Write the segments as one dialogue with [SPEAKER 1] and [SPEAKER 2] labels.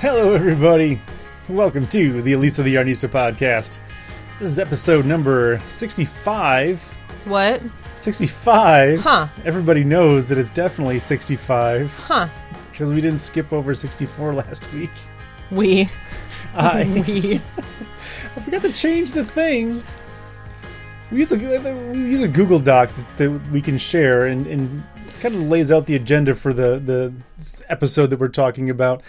[SPEAKER 1] Hello, everybody. Welcome to the Elisa the Yarnista podcast. This is episode number 65.
[SPEAKER 2] What?
[SPEAKER 1] 65?
[SPEAKER 2] Huh.
[SPEAKER 1] Everybody knows that it's definitely 65
[SPEAKER 2] Huh.
[SPEAKER 1] because we didn't skip over 64 last week.
[SPEAKER 2] We.
[SPEAKER 1] I,
[SPEAKER 2] We.
[SPEAKER 1] I forgot to change the thing. We use a, we use a Google Doc that, that we can share and, and kind of lays out the agenda for the, the episode that we're talking about.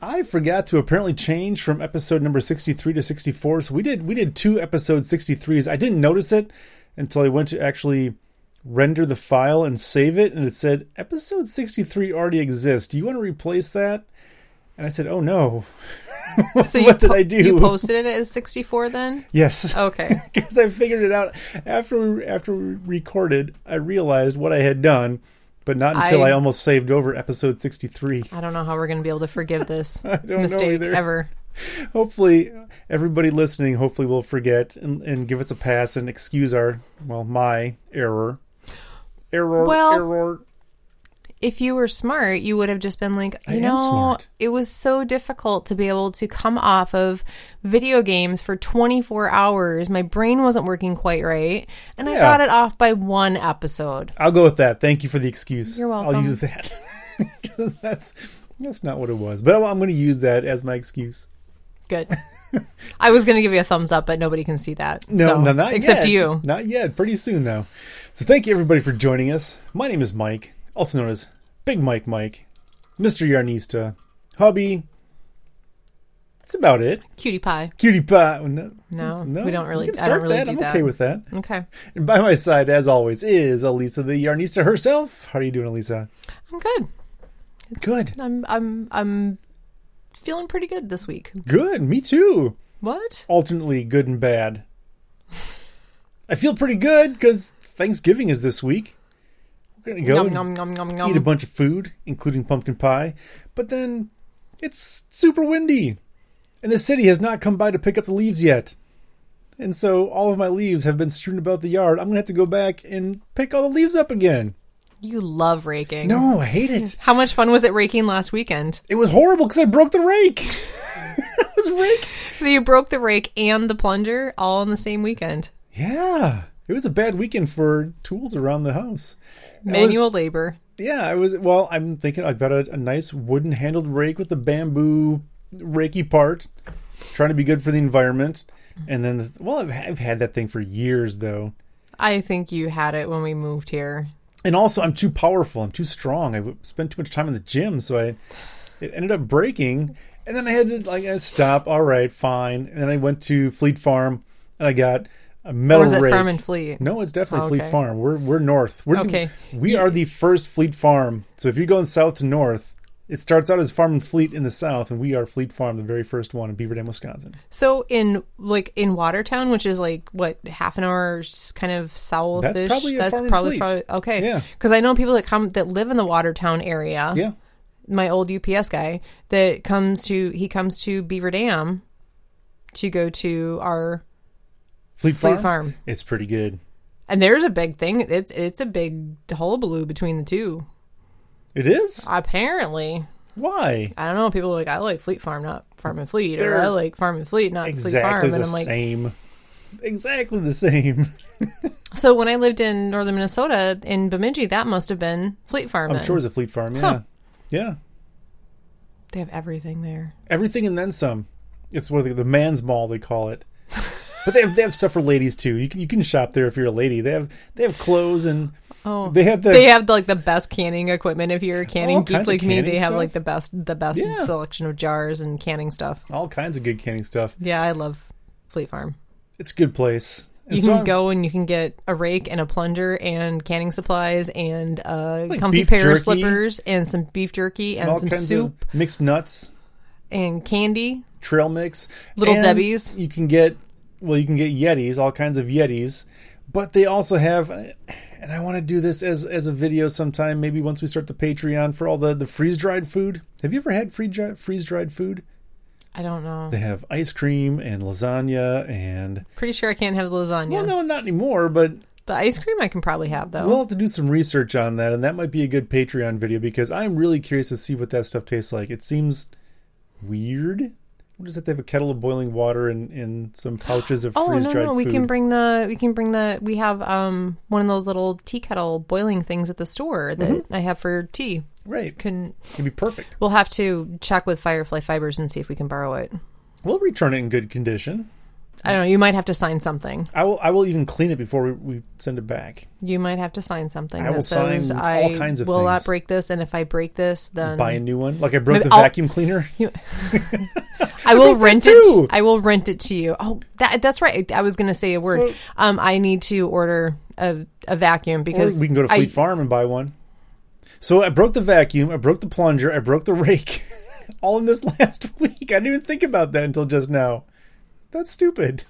[SPEAKER 1] I forgot to apparently change from episode number 63 to 64. So we did we did two episode 63s. I didn't notice it until I went to actually render the file and save it and it said episode 63 already exists. Do you want to replace that? And I said, "Oh no."
[SPEAKER 2] So you
[SPEAKER 1] What did
[SPEAKER 2] po-
[SPEAKER 1] I do?
[SPEAKER 2] You posted it as 64 then?
[SPEAKER 1] Yes.
[SPEAKER 2] Okay.
[SPEAKER 1] because I figured it out after we, after we recorded. I realized what I had done, but not until I,
[SPEAKER 2] I-
[SPEAKER 1] almost saved over episode sixty three.
[SPEAKER 2] I don't know how we're going to be able to forgive this
[SPEAKER 1] don't know
[SPEAKER 2] mistake
[SPEAKER 1] either.
[SPEAKER 2] ever.
[SPEAKER 1] Hopefully, everybody listening, hopefully, will forget and, and give us a pass and excuse our well, my error, error,
[SPEAKER 2] Well,
[SPEAKER 1] error.
[SPEAKER 2] If you were smart, you would have just been like, you
[SPEAKER 1] am
[SPEAKER 2] know,
[SPEAKER 1] smart.
[SPEAKER 2] it was so difficult to be able to come off of video games for 24 hours. My brain wasn't working quite right, and I
[SPEAKER 1] Yeah.
[SPEAKER 2] got it off by one episode.
[SPEAKER 1] I'll go with that. Thank you for the excuse.
[SPEAKER 2] You're
[SPEAKER 1] I'll
[SPEAKER 2] welcome.
[SPEAKER 1] use that because that's that's not what it was. But I'm going to use that as my excuse.
[SPEAKER 2] Good. I was going to give you a thumbs up, but nobody can see that.
[SPEAKER 1] No,
[SPEAKER 2] so,
[SPEAKER 1] no, not
[SPEAKER 2] except
[SPEAKER 1] yet.
[SPEAKER 2] you.
[SPEAKER 1] Not yet. Pretty soon, though. So thank you everybody for joining us. My name is Mike, also known as Big Mike Mike, Mr. Yarnista, Hubby. That's about it.
[SPEAKER 2] Cutie pie.
[SPEAKER 1] Cutie pie. Well, No,
[SPEAKER 2] No, we don't really-
[SPEAKER 1] You can
[SPEAKER 2] I don't
[SPEAKER 1] start
[SPEAKER 2] really
[SPEAKER 1] that.
[SPEAKER 2] do
[SPEAKER 1] I'm
[SPEAKER 2] that.
[SPEAKER 1] okay with that.
[SPEAKER 2] Okay.
[SPEAKER 1] And by my side, as always, is Elisa the Yarnista herself. How are you doing, Elisa?
[SPEAKER 2] I'm good.
[SPEAKER 1] Good.
[SPEAKER 2] I'm I'm I'm feeling pretty good this week.
[SPEAKER 1] Good. Me too.
[SPEAKER 2] What?
[SPEAKER 1] Alternately good and bad. I feel pretty good because Thanksgiving is this week. We're gonna go.
[SPEAKER 2] Yum,
[SPEAKER 1] and-
[SPEAKER 2] yum, yum, yum,
[SPEAKER 1] eat a
[SPEAKER 2] yum.
[SPEAKER 1] bunch of food, including pumpkin pie, but then it's super windy, and the city has not come by to pick up the leaves yet. And so all of my leaves have been strewn about the yard. I'm gonna have to go back and pick all the leaves up again.
[SPEAKER 2] You love raking.
[SPEAKER 1] No, I hate it.
[SPEAKER 2] How much fun was it raking last weekend?
[SPEAKER 1] It was horrible because I broke the rake. I was rake.
[SPEAKER 2] So you broke the rake and the plunger all in the same weekend.
[SPEAKER 1] Yeah, it was a bad weekend for tools around the house. I was-
[SPEAKER 2] Manual labor.
[SPEAKER 1] Yeah, I was. Well, I'm thinking I've got a, a nice wooden handled rake with the bamboo rakey part, trying to be good for the environment. And then, well, I've, I've had that thing for years though.
[SPEAKER 2] I think you had it when we moved here.
[SPEAKER 1] And also, I'm too powerful. I'm too strong. I w- spent too much time in the gym, so I it ended up breaking. And then I had to like I stop. All right, fine. And then I went to Fleet Farm and I got a metal
[SPEAKER 2] Or was it
[SPEAKER 1] rake.
[SPEAKER 2] Farm and Fleet?
[SPEAKER 1] No, it's definitely Fleet
[SPEAKER 2] Oh, Okay.
[SPEAKER 1] Farm. We're we're north. We're the-
[SPEAKER 2] Okay.
[SPEAKER 1] we are the first Fleet Farm. So if you're going south to north, it starts out as Farm and Fleet in the south, and we are Fleet Farm, the very first one in Beaver Dam, Wisconsin.
[SPEAKER 2] So in like in Watertown, which is like what half an hour s- kind of southish.
[SPEAKER 1] probably a Farm and
[SPEAKER 2] probably
[SPEAKER 1] Fleet.
[SPEAKER 2] probably okay.
[SPEAKER 1] Yeah.
[SPEAKER 2] Because I know people that come that live in the Watertown area.
[SPEAKER 1] Yeah,
[SPEAKER 2] my old UPS guy that comes to he comes to Beaver Dam to go to our
[SPEAKER 1] Fleet Farm.
[SPEAKER 2] Fleet Farm.
[SPEAKER 1] It's pretty good.
[SPEAKER 2] And there's a big thing. It's it's a big hullabaloo between the two.
[SPEAKER 1] It
[SPEAKER 2] Uh,
[SPEAKER 1] is.
[SPEAKER 2] Apparently,
[SPEAKER 1] Why?
[SPEAKER 2] I don't know. People are like I like Fleet Farm, not Farm and Fleet, or
[SPEAKER 1] They're
[SPEAKER 2] I like Farm and Fleet, not Fleet
[SPEAKER 1] Exactly
[SPEAKER 2] Farm.
[SPEAKER 1] the
[SPEAKER 2] And I'm like,
[SPEAKER 1] same. Exactly the same.
[SPEAKER 2] so when I lived in northern Minnesota in Bemidji, that must have been Fleet Farm.
[SPEAKER 1] I'm
[SPEAKER 2] then.
[SPEAKER 1] sure it's a Fleet Farm. Yeah, yeah.
[SPEAKER 2] they have everything there.
[SPEAKER 1] Everything and then some. It's what the, the man's mall they call it. But they have, they have stuff for ladies too. You can you can shop there if you're a lady. They have they have clothes and
[SPEAKER 2] Oh,
[SPEAKER 1] they have the
[SPEAKER 2] they have like the best canning equipment. If you're a canning
[SPEAKER 1] All
[SPEAKER 2] geek
[SPEAKER 1] kinds of
[SPEAKER 2] like me,
[SPEAKER 1] canning
[SPEAKER 2] they have like
[SPEAKER 1] stuff.
[SPEAKER 2] the best the best
[SPEAKER 1] Yeah.
[SPEAKER 2] selection of jars and canning stuff.
[SPEAKER 1] all kinds of good canning stuff.
[SPEAKER 2] Yeah, I love Fleet Farm.
[SPEAKER 1] It's a good place. And
[SPEAKER 2] You
[SPEAKER 1] so
[SPEAKER 2] can
[SPEAKER 1] I'm-
[SPEAKER 2] go and you can get a rake and a plunger and canning supplies and a
[SPEAKER 1] Like
[SPEAKER 2] comfy
[SPEAKER 1] beef
[SPEAKER 2] pair
[SPEAKER 1] jerky.
[SPEAKER 2] of slippers and some beef jerky and
[SPEAKER 1] all
[SPEAKER 2] some
[SPEAKER 1] kinds of
[SPEAKER 2] soup
[SPEAKER 1] mixed nuts,
[SPEAKER 2] and candy.
[SPEAKER 1] trail mix,
[SPEAKER 2] Little
[SPEAKER 1] And
[SPEAKER 2] Debbie's.
[SPEAKER 1] You can get well, you can get Yetis, all kinds of Yetis, but they also have. And I want to do this as as a video sometime, maybe once we start the Patreon for all the the freeze dried food. Have you ever had free freeze dried food?
[SPEAKER 2] I don't know.
[SPEAKER 1] They have ice cream and lasagna and
[SPEAKER 2] Pretty sure I can't have the lasagna.
[SPEAKER 1] well, no, not anymore. But
[SPEAKER 2] The ice cream I can probably have though.
[SPEAKER 1] we'll have to do some research on that, and that might be a good Patreon video because I'm really curious to see what that stuff tastes like. It seems weird. We'll just have to have a kettle of boiling water and, and some pouches of
[SPEAKER 2] Oh
[SPEAKER 1] freeze
[SPEAKER 2] no
[SPEAKER 1] dried
[SPEAKER 2] no, we
[SPEAKER 1] food.
[SPEAKER 2] can bring the we can bring the we have um one of those little tea kettle boiling things at the store that
[SPEAKER 1] Mm-hmm.
[SPEAKER 2] I have for tea.
[SPEAKER 1] right.
[SPEAKER 2] Can
[SPEAKER 1] It'd be perfect.
[SPEAKER 2] we'll have to check with Firefly Fibers and see if we can borrow it.
[SPEAKER 1] We'll return it in good condition.
[SPEAKER 2] I don't know. You might have to sign something.
[SPEAKER 1] I will. I will even clean it before we, we send it back.
[SPEAKER 2] You might have to sign something
[SPEAKER 1] I
[SPEAKER 2] that
[SPEAKER 1] will
[SPEAKER 2] says
[SPEAKER 1] sign all
[SPEAKER 2] I
[SPEAKER 1] kinds of
[SPEAKER 2] will not
[SPEAKER 1] things.
[SPEAKER 2] break this, and if I break this, then
[SPEAKER 1] Buy a new one. Like I broke
[SPEAKER 2] Maybe
[SPEAKER 1] the
[SPEAKER 2] I'll-
[SPEAKER 1] vacuum cleaner.
[SPEAKER 2] I will rent
[SPEAKER 1] too.
[SPEAKER 2] it. I will rent it to you. Oh, that, that's right. I was going to say a word.
[SPEAKER 1] So-
[SPEAKER 2] um, I need to order a, a vacuum
[SPEAKER 1] Or
[SPEAKER 2] because
[SPEAKER 1] we can go to
[SPEAKER 2] I-
[SPEAKER 1] Fleet Farm and buy one. So I broke the vacuum. I broke the plunger. I broke the rake. All in this last week. I didn't even think about that until just now. That's stupid.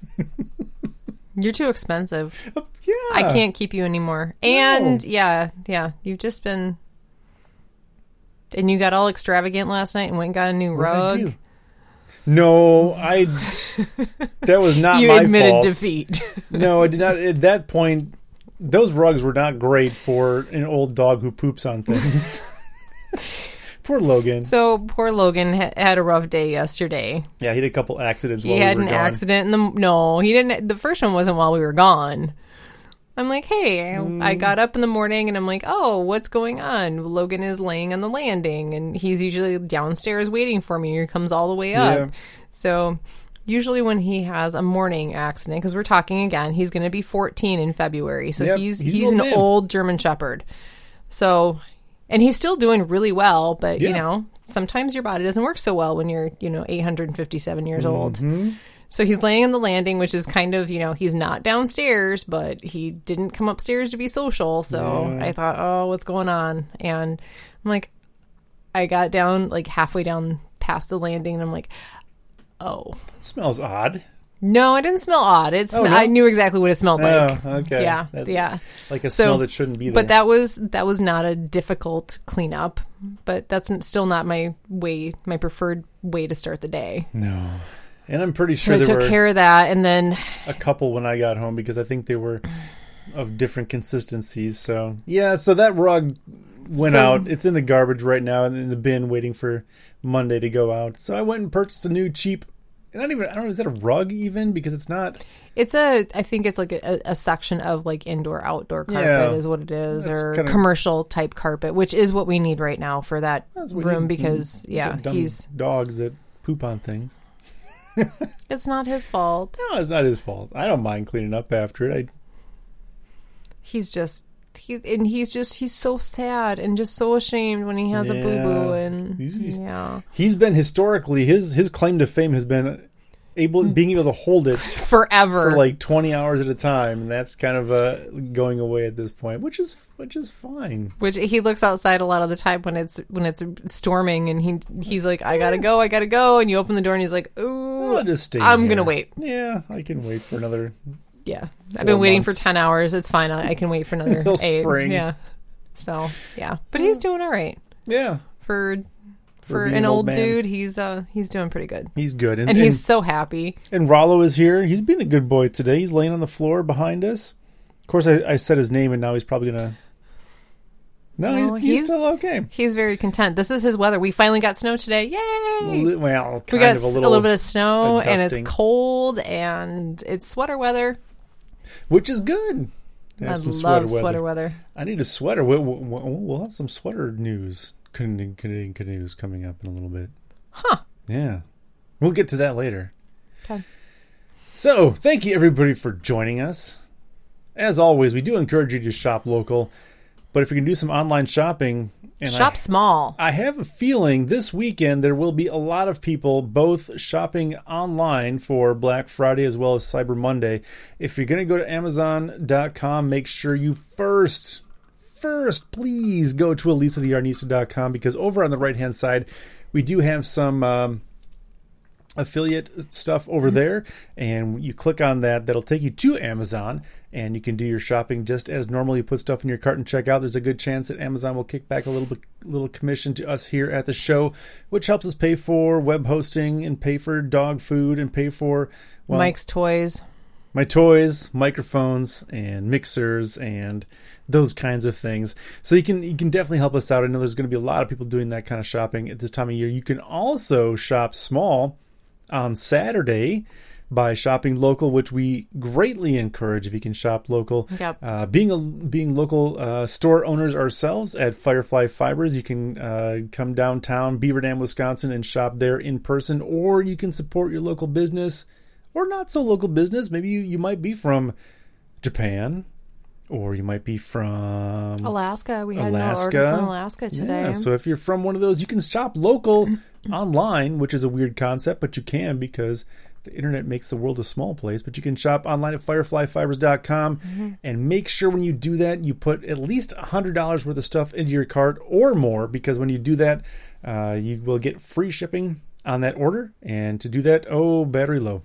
[SPEAKER 2] You're too expensive.
[SPEAKER 1] yeah. I
[SPEAKER 2] I can't keep you anymore. And yeah, yeah, you've just been. And you got all extravagant last night and went and got a new rug.
[SPEAKER 1] Thank you. No, I. That was not
[SPEAKER 2] You
[SPEAKER 1] my
[SPEAKER 2] admitted
[SPEAKER 1] fault.
[SPEAKER 2] defeat.
[SPEAKER 1] no, I did not. At that point, those rugs were not great for an old dog who poops on things. Poor Logan.
[SPEAKER 2] so poor Logan ha- had a rough day yesterday.
[SPEAKER 1] Yeah, he had a couple accidents.
[SPEAKER 2] He
[SPEAKER 1] while
[SPEAKER 2] had
[SPEAKER 1] we
[SPEAKER 2] an
[SPEAKER 1] were gone.
[SPEAKER 2] accident. In the no, he didn't. The first one wasn't while we were gone. I'm like, hey, I,
[SPEAKER 1] Mm.
[SPEAKER 2] I got up in the morning and I'm like, oh, what's going on? Logan is laying on the landing and he's usually downstairs waiting for me. He comes all the way up.
[SPEAKER 1] Yeah.
[SPEAKER 2] So usually when he has a morning accident, because we're talking again, he's going to be 14 in February. So
[SPEAKER 1] Yep,
[SPEAKER 2] he's
[SPEAKER 1] he's
[SPEAKER 2] he's,
[SPEAKER 1] an old
[SPEAKER 2] an
[SPEAKER 1] man.
[SPEAKER 2] old German Shepherd. So, and he's still doing really well, but you
[SPEAKER 1] Yeah.
[SPEAKER 2] know, sometimes your body doesn't work so well when you're, you know, 857 years old.
[SPEAKER 1] Mm-hmm.
[SPEAKER 2] So he's laying on the landing, which is kind of, you know, he's not downstairs, but he didn't come upstairs to be social. So I thought, oh, what's going on? And I'm like, I got down like halfway down past the landing and I'm like, oh.
[SPEAKER 1] That smells odd.
[SPEAKER 2] No, it didn't smell odd. It sm-
[SPEAKER 1] Oh, no?
[SPEAKER 2] I knew exactly what it smelled like.
[SPEAKER 1] oh, okay.
[SPEAKER 2] yeah,
[SPEAKER 1] That-
[SPEAKER 2] yeah.
[SPEAKER 1] Like a
[SPEAKER 2] So,
[SPEAKER 1] smell that shouldn't be there.
[SPEAKER 2] But that was that was not a difficult cleanup. But that's n- still not my way, my preferred way to start the day.
[SPEAKER 1] no. And I'm pretty
[SPEAKER 2] So
[SPEAKER 1] sure
[SPEAKER 2] I
[SPEAKER 1] there
[SPEAKER 2] took
[SPEAKER 1] were
[SPEAKER 2] care of that, and then
[SPEAKER 1] a couple when I got home because I think they were of different consistencies. So yeah, so that rug went
[SPEAKER 2] So-
[SPEAKER 1] out. It's in the garbage right now and in the bin waiting for Monday to go out. So I went and purchased a new cheap. Not even I don't know is that a rug even because it's not
[SPEAKER 2] it's a I think it's like a, a section of like indoor outdoor carpet
[SPEAKER 1] Yeah.
[SPEAKER 2] is what it is,
[SPEAKER 1] That's
[SPEAKER 2] or
[SPEAKER 1] kinda-
[SPEAKER 2] commercial type carpet, which is what we need right now for that
[SPEAKER 1] That's what
[SPEAKER 2] room
[SPEAKER 1] you-
[SPEAKER 2] because yeah,
[SPEAKER 1] dumb
[SPEAKER 2] he's
[SPEAKER 1] dogs that poop on things.
[SPEAKER 2] it's not his fault.
[SPEAKER 1] No, it's not his fault. I don't mind cleaning up after it.
[SPEAKER 2] He's just. He, and he's just he's so sad and just so ashamed when he has a
[SPEAKER 1] Yeah.
[SPEAKER 2] boo boo and
[SPEAKER 1] He's just-
[SPEAKER 2] yeah
[SPEAKER 1] I, he's been historically his his claim to fame has been
[SPEAKER 2] Hmm.
[SPEAKER 1] able being able to hold it
[SPEAKER 2] forever
[SPEAKER 1] for like 20 hours at a time and that's kind of uh, going away at this point which is which is fine
[SPEAKER 2] which he looks outside a lot of the time when it's when it's storming and he he's like i gotta go i gotta go and you open the door and he's like ooh
[SPEAKER 1] I'll just stay
[SPEAKER 2] i'm
[SPEAKER 1] here.
[SPEAKER 2] gonna wait
[SPEAKER 1] yeah i can wait for another
[SPEAKER 2] yeah
[SPEAKER 1] Four
[SPEAKER 2] i've been waiting
[SPEAKER 1] months.
[SPEAKER 2] for 10 hours it's fine i, I can wait for another
[SPEAKER 1] Until
[SPEAKER 2] eight
[SPEAKER 1] spring.
[SPEAKER 2] yeah so yeah but he's doing all right
[SPEAKER 1] yeah
[SPEAKER 2] for for,
[SPEAKER 1] being
[SPEAKER 2] an
[SPEAKER 1] an old
[SPEAKER 2] old
[SPEAKER 1] man.
[SPEAKER 2] dude he's uh he's doing pretty good
[SPEAKER 1] he's good and, and,
[SPEAKER 2] and he's so happy
[SPEAKER 1] and rollo is here he's been a good boy today he's laying on the floor behind us of course i, I said his name and now he's probably gonna no,
[SPEAKER 2] No,
[SPEAKER 1] he's, he's,
[SPEAKER 2] he's-
[SPEAKER 1] still okay
[SPEAKER 2] he's very content this is his weather we finally got snow today yay
[SPEAKER 1] Li- well kind
[SPEAKER 2] we got
[SPEAKER 1] of
[SPEAKER 2] a little, bit of snow and it's
[SPEAKER 1] dusting.
[SPEAKER 2] cold and it's sweater weather
[SPEAKER 1] which is good Have
[SPEAKER 2] I
[SPEAKER 1] some
[SPEAKER 2] love
[SPEAKER 1] sweater
[SPEAKER 2] sweater,
[SPEAKER 1] weather.
[SPEAKER 2] weather.
[SPEAKER 1] I need a sweater. We'll, we'll, we'll have some sweater news, Canadian Canadian news coming up in a little bit.
[SPEAKER 2] Huh.
[SPEAKER 1] Yeah. We'll get to that later.
[SPEAKER 2] Okay.
[SPEAKER 1] So, thank you everybody for joining us. As always, we do encourage you to shop local, but if you can do some online shopping, and I-
[SPEAKER 2] Shop small.
[SPEAKER 1] I have a feeling this weekend there will be a lot of people both shopping online for Black Friday as well as Cyber Monday. If you're going to go to Amazon.com, make sure you first, first, please go to ElisaTheArnista.com because over on the right hand side, we do have some. Um, affiliate stuff over there and you click on that that'll take you to amazon and you can do your shopping just as normal you put stuff in your cart and check out there's a good chance that amazon will kick back a little bit little commission to us here at the show which helps us pay for web hosting and pay for dog food and pay for well
[SPEAKER 2] Mike's toys.
[SPEAKER 1] my toys, microphones, and mixers, and those kinds of things. So you can you can definitely help us out. I know there's going to be a lot of people doing that kind of shopping at this time of year. You can also shop small on Saturday by shopping local, which we greatly encourage if you can shop local.
[SPEAKER 2] Yep.
[SPEAKER 1] Uh, being a being local uh, store owners ourselves at Firefly Fibers, you can uh, come downtown Beaver Dam, Wisconsin, and shop there in person, or you can support your local business or not so local business. Maybe you, you might be from Japan, or you might be from
[SPEAKER 2] Alaska. We had
[SPEAKER 1] Alaska.
[SPEAKER 2] an order from Alaska today.
[SPEAKER 1] Yeah, so if you're from one of those, you can shop local online, which is a weird concept, but you can because the internet makes the world a small place. But you can shop online at fireflyfibers.com
[SPEAKER 2] Mm-hmm.
[SPEAKER 1] and make sure when you do that, you put at least $100 worth of stuff into your cart or more because when you do that, uh, you will get free shipping on that order. And to do that, oh, battery low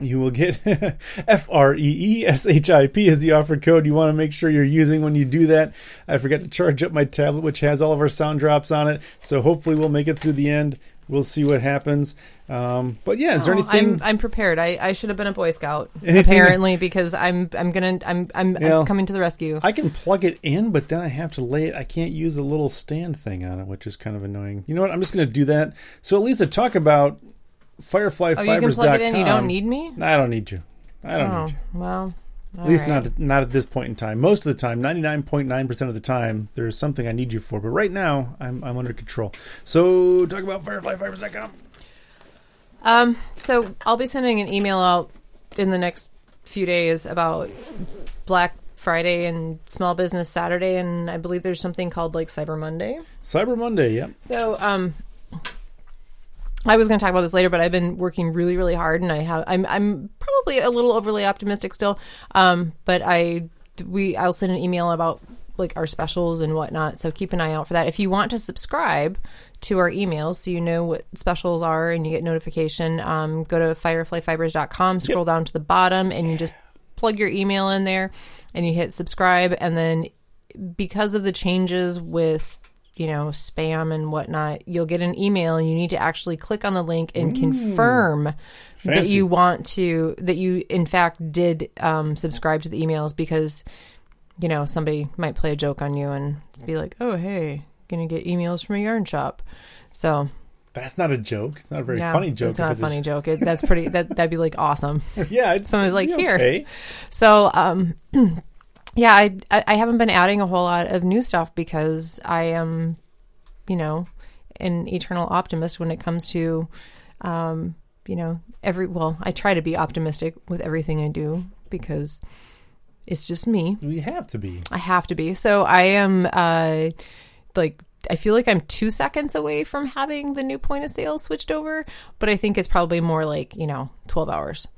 [SPEAKER 1] you will get F R E E S H I P is the offer code you want to make sure you're using when you do that. I forgot to charge up my tablet, which has all of our sound drops on it. So hopefully we'll make it through the end. We'll see what happens. Um, but yeah, is there
[SPEAKER 2] Oh,
[SPEAKER 1] anything?
[SPEAKER 2] I'm, I'm prepared. I, I should have been a Boy Scout
[SPEAKER 1] Anything-
[SPEAKER 2] apparently because I'm I'm gonna I'm I'm,
[SPEAKER 1] Yeah.
[SPEAKER 2] I'm coming to the rescue.
[SPEAKER 1] I can plug it in, but then I have to lay it. I can't use the little stand thing on it, which is kind of annoying. You know what? I'm just going to do that. So at least to talk about
[SPEAKER 2] oh, you can
[SPEAKER 1] fireflyfibers.com.
[SPEAKER 2] plug it in. You don't need me.
[SPEAKER 1] I don't need you. I don't need
[SPEAKER 2] Oh
[SPEAKER 1] you.
[SPEAKER 2] well.
[SPEAKER 1] At least not not at this point in time. Most of the time, ninety nine point nine percent of the time, there is something I need you for. But right now, I'm I'm under control. So talk about fireflyfibers.com.
[SPEAKER 2] Um, so I'll be sending an email out in the next few days about Black Friday and Small Business Saturday, and I believe there's something called like Cyber Monday.
[SPEAKER 1] Cyber Monday. Yep.
[SPEAKER 2] So, um, I was going to talk about this later, but I've been working really, really hard, and I have I'm I'm probably a little overly optimistic still. Um, but I we I'll send an email about like our specials and whatnot. So keep an eye out for that. If you want to subscribe to our emails so you know what specials are and you get notification, um, go to fireflyfibers.com, scroll down to the bottom, and you just plug your email in there, and you hit subscribe, and then because of the changes with you know spam and whatnot you'll get an email and you need to actually click on the link and confirm that
[SPEAKER 1] Fancy.
[SPEAKER 2] you want to that you in fact did um, subscribe to the emails because you know somebody might play a joke on you and just be like oh hey gonna get emails from a yarn shop so
[SPEAKER 1] That's not a joke. It's not a very
[SPEAKER 2] yeah,
[SPEAKER 1] funny joke.
[SPEAKER 2] it's not a
[SPEAKER 1] if it
[SPEAKER 2] funny
[SPEAKER 1] is-
[SPEAKER 2] joke it, that's pretty that that'd be like awesome
[SPEAKER 1] yeah. It's,
[SPEAKER 2] Someone's like,
[SPEAKER 1] yeah,
[SPEAKER 2] "Here."
[SPEAKER 1] okay.
[SPEAKER 2] so, um, yeah, I, I I haven't been adding a whole lot of new stuff because I am, you know, an eternal optimist when it comes to, um, you know, every. Well, I try to be optimistic with everything I do because it's just me.
[SPEAKER 1] We have to be.
[SPEAKER 2] I have to be. So I am uh like I feel like I'm two seconds away from having the new point of sale switched over, but I think it's probably more like, you know, twelve hours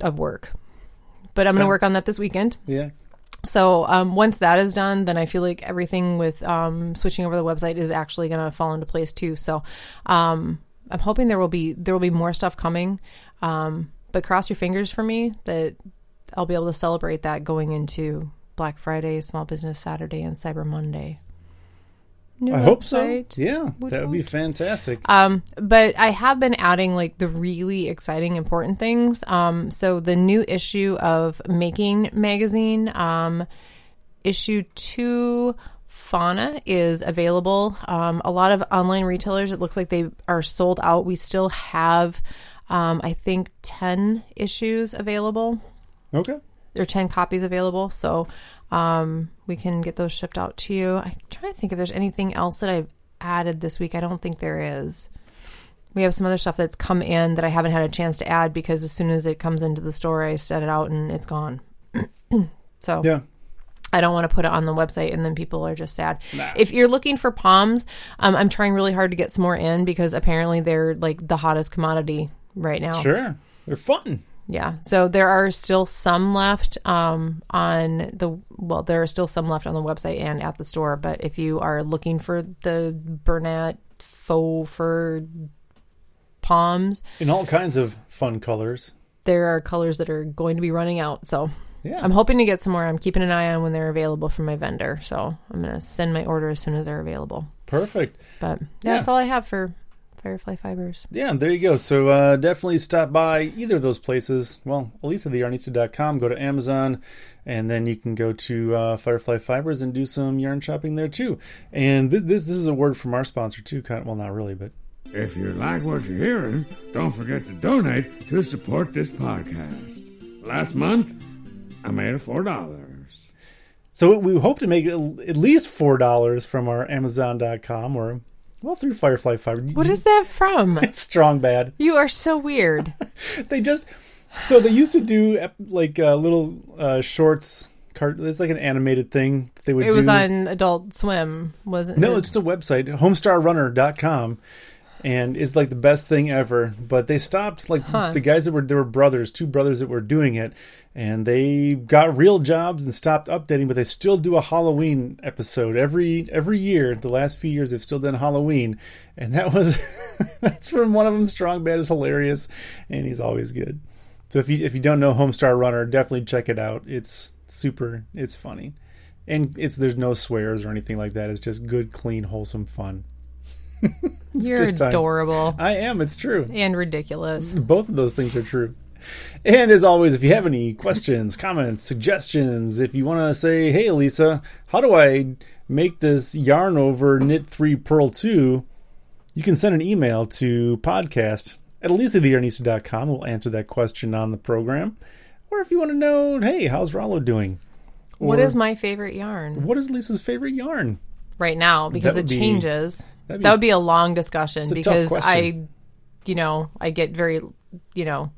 [SPEAKER 2] of work. But I'm gonna
[SPEAKER 1] Yeah.
[SPEAKER 2] work on that this weekend.
[SPEAKER 1] Yeah.
[SPEAKER 2] So um, once that is done, then I feel like everything with um, switching over the website is actually going to fall into place too. So um, I'm hoping there will be there will be more stuff coming. Um, but cross your fingers for me that I'll be able to celebrate that going into Black Friday, Small Business Saturday, and Cyber Monday. New
[SPEAKER 1] I hope so.
[SPEAKER 2] website.
[SPEAKER 1] Yeah.
[SPEAKER 2] Woot
[SPEAKER 1] that would be
[SPEAKER 2] woot.
[SPEAKER 1] fantastic.
[SPEAKER 2] Um, but I have been adding like the really exciting, important things. Um, so the new issue of Making magazine, um, issue two, Fauna is available. Um, a lot of online retailers, it looks like they are sold out. We still have, um, I think, ten issues available
[SPEAKER 1] okay.
[SPEAKER 2] there are 10 copies available so um, we can get those shipped out to you i'm trying to think if there's anything else that i've added this week i don't think there is we have some other stuff that's come in that i haven't had a chance to add because as soon as it comes into the store i set it out and it's gone so
[SPEAKER 1] Yeah.
[SPEAKER 2] I don't want to put it on the website and then people are just sad. If you're looking for palms, um, I'm trying really hard to get some more in because apparently they're like the hottest commodity right now.
[SPEAKER 1] Sure. They're fun.
[SPEAKER 2] Yeah. So there are still some left um, on the well, there are still some left on the website and at the store. But if you are looking for the Burnett faux fur palms,
[SPEAKER 1] In all kinds of fun colors.
[SPEAKER 2] there are colors that are going to be running out. So
[SPEAKER 1] Yeah.
[SPEAKER 2] I'm hoping to get some more. I'm keeping an eye on when they're available from my vendor. So I'm gonna send my order as soon as they're available.
[SPEAKER 1] Perfect.
[SPEAKER 2] But yeah,
[SPEAKER 1] Yeah.
[SPEAKER 2] that's all I have for Firefly Fibers.
[SPEAKER 1] Yeah, there you go. So uh, definitely stop by either of those places. Well, elisathearnista.com, go to Amazon, and then you can go to uh, Firefly Fibers and do some yarn shopping there too. And th- this this is a word from our sponsor too. Kind well, not really, but
[SPEAKER 3] If you like what you're hearing, don't forget to donate to support this podcast. Last month, I made $4.
[SPEAKER 1] so we hope to make at at least four dollars from our Amazon.com or well through Firefly Fibers.
[SPEAKER 2] What is that from?
[SPEAKER 1] strong bad?
[SPEAKER 2] you are so weird.
[SPEAKER 1] they just so they used to do ep- like uh, little uh, shorts. Cart- it's like an animated thing they would.
[SPEAKER 2] It was
[SPEAKER 1] do.
[SPEAKER 2] on Adult Swim, wasn't it?
[SPEAKER 1] No, it's just a website, homestarrunner.com, and it's like the best thing ever. But they stopped like the guys that were there were brothers, two brothers that were doing it, and they got real jobs and stopped updating, but they still do a Halloween episode every every year. The last few years they've still done Halloween. And that was that's from one of them Strong Bad is hilarious and he's always good. So if you if you don't know Homestar Runner, definitely check it out. It's super it's funny and it's there's no swears or anything like that. It's just good, clean, wholesome fun.
[SPEAKER 2] You're
[SPEAKER 1] good time.
[SPEAKER 2] adorable
[SPEAKER 1] I am. It's true.
[SPEAKER 2] and ridiculous.
[SPEAKER 1] Both of those things are true. And as always, if you have any questions, comments, suggestions, if you want to say, "Hey, Lisa, how do I make this yarn over knit three pearl two? You can send an email to podcast at elisathearnista.com. We'll answer that question on the program. Or if you want to know, hey, how's Rollo doing?
[SPEAKER 2] What
[SPEAKER 1] Or-
[SPEAKER 2] is my favorite yarn
[SPEAKER 1] What is Lisa's favorite yarn?
[SPEAKER 2] right now? Because
[SPEAKER 1] would
[SPEAKER 2] it
[SPEAKER 1] be-
[SPEAKER 2] changes.
[SPEAKER 1] That'd
[SPEAKER 2] That would be a long discussion
[SPEAKER 1] a tough
[SPEAKER 2] because I,
[SPEAKER 1] question.
[SPEAKER 2] you know, I get very, you know,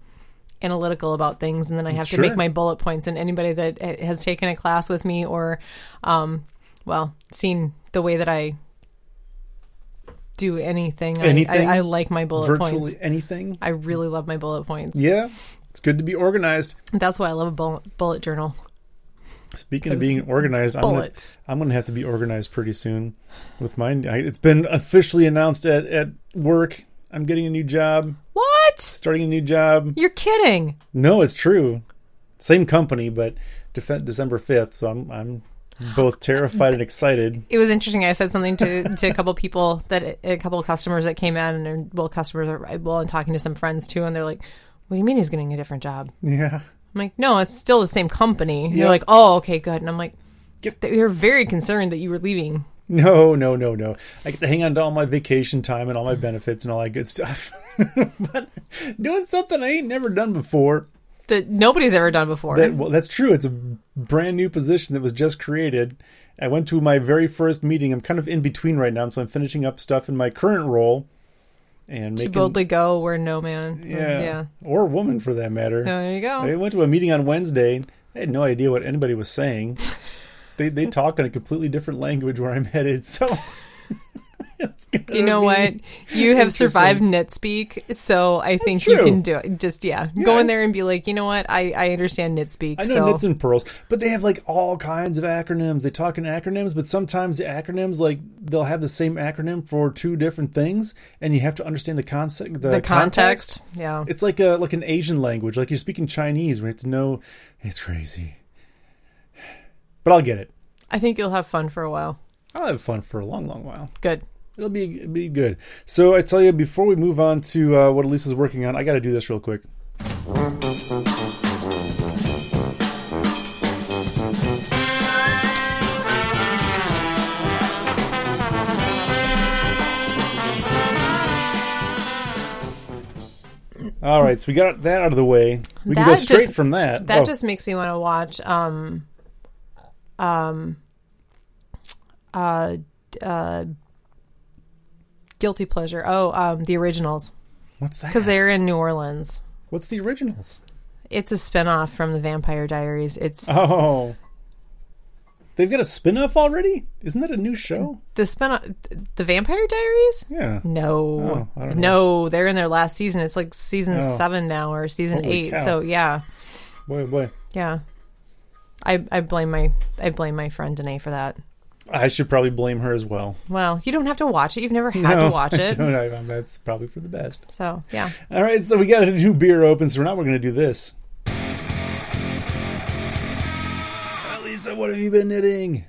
[SPEAKER 2] analytical about things, and then I have
[SPEAKER 1] Sure.
[SPEAKER 2] to make my bullet points. And anybody that uh, has taken a class with me or, um, well, seen the way that I do anything, I-
[SPEAKER 1] Anything?
[SPEAKER 2] I, I like my bullet
[SPEAKER 1] virtually
[SPEAKER 2] points.
[SPEAKER 1] anything.
[SPEAKER 2] I really love my bullet points.
[SPEAKER 1] Yeah, it's good to be organized.
[SPEAKER 2] That's why I love a bullet, bullet journal.
[SPEAKER 1] Speaking of being organized, I'm gonna,
[SPEAKER 2] bullets.
[SPEAKER 1] I'm gonna have to be organized pretty soon with mine. I, it's been officially announced at at work. I'm getting a new job,
[SPEAKER 2] What?
[SPEAKER 1] starting a new job.
[SPEAKER 2] You're kidding.
[SPEAKER 1] No, it's true. Same company, but def- December 5th. So I'm I'm both terrified and excited.
[SPEAKER 2] It was interesting. I said something to, to a couple people that a couple of customers that came in and they're- well, customers are well, and talking to some friends too, and they're like, "What do you mean he's getting a different job?" I'm
[SPEAKER 1] Yeah,
[SPEAKER 2] like, "No, it's still the same company." And
[SPEAKER 1] Yeah.
[SPEAKER 2] They're like, "Oh, okay, good." And I'm like, "They were very concerned that you were leaving."
[SPEAKER 1] no, no, no, no. I get to hang on to all my vacation time and all my benefits and all that good stuff. but doing something I ain't never done before.
[SPEAKER 2] That nobody's ever done before.
[SPEAKER 1] That, well, that's true. It's a brand new position that was just created. I went to my very first meeting. I'm kind of in between right now, so I'm finishing up stuff in my current role and
[SPEAKER 2] to
[SPEAKER 1] making
[SPEAKER 2] boldly go where no man.
[SPEAKER 1] yeah,
[SPEAKER 2] yeah.
[SPEAKER 1] or woman for that matter.
[SPEAKER 2] No, there you
[SPEAKER 1] I
[SPEAKER 2] go.
[SPEAKER 1] went to a meeting on Wednesday. I had no idea what anybody was saying. they they talk in a completely different language where I'm headed. So it's gonna
[SPEAKER 2] You know
[SPEAKER 1] be-
[SPEAKER 2] what? You have
[SPEAKER 1] interesting.
[SPEAKER 2] survived NetSpeak, so I think you
[SPEAKER 1] true.
[SPEAKER 2] can do it. Just yeah,
[SPEAKER 1] Yeah.
[SPEAKER 2] go in there and be like, you know what? I I understand NetSpeak.
[SPEAKER 1] I know
[SPEAKER 2] so.
[SPEAKER 1] knits and pearls, but they have like all kinds of acronyms. They talk in acronyms, but sometimes the acronyms like they'll have the same acronym for two different things, and you have to understand the concept, the,
[SPEAKER 2] the context. Yeah.
[SPEAKER 1] It's like a like an Asian language, like you're speaking Chinese. We have to know. It's crazy, but I'll get it.
[SPEAKER 2] I think you'll have fun for a while.
[SPEAKER 1] I'll have fun for a long, long while.
[SPEAKER 2] Good.
[SPEAKER 1] It'll be it'll be good. So I tell you, before we move on to uh, what Elisa's working on, I got to do this real quick. All right, so we got that out of the way. We can
[SPEAKER 2] That
[SPEAKER 1] go straight
[SPEAKER 2] just-
[SPEAKER 1] from that.
[SPEAKER 2] That
[SPEAKER 1] Oh,
[SPEAKER 2] just makes me want to watch um um uh uh Guilty Pleasure. Oh, um the originals
[SPEAKER 1] what's
[SPEAKER 2] cuz
[SPEAKER 1] that?
[SPEAKER 2] they're in New Orleans.
[SPEAKER 1] What's the originals?
[SPEAKER 2] It's a spinoff from the Vampire Diaries. It's
[SPEAKER 1] Oh, they've got a spin-off already. Isn't that a new show?
[SPEAKER 2] the spinoff the Vampire Diaries?
[SPEAKER 1] Yeah.
[SPEAKER 2] No.
[SPEAKER 1] Oh, I don't
[SPEAKER 2] no, they're in their last season. It's like season
[SPEAKER 1] Oh.
[SPEAKER 2] 7 now or season
[SPEAKER 1] Holy
[SPEAKER 2] 8.
[SPEAKER 1] cow.
[SPEAKER 2] So, yeah.
[SPEAKER 1] Boy, boy.
[SPEAKER 2] Yeah. I I blame my I blame my friend Danae for that.
[SPEAKER 1] I should probably blame her as well.
[SPEAKER 2] Well, you don't have to watch it. You've never had to watch
[SPEAKER 1] I
[SPEAKER 2] it.
[SPEAKER 1] don't, I, um, that's probably for the best.
[SPEAKER 2] So yeah.
[SPEAKER 1] All right, so we got a new beer open, so now we're going to do this. Lisa, what have you been knitting?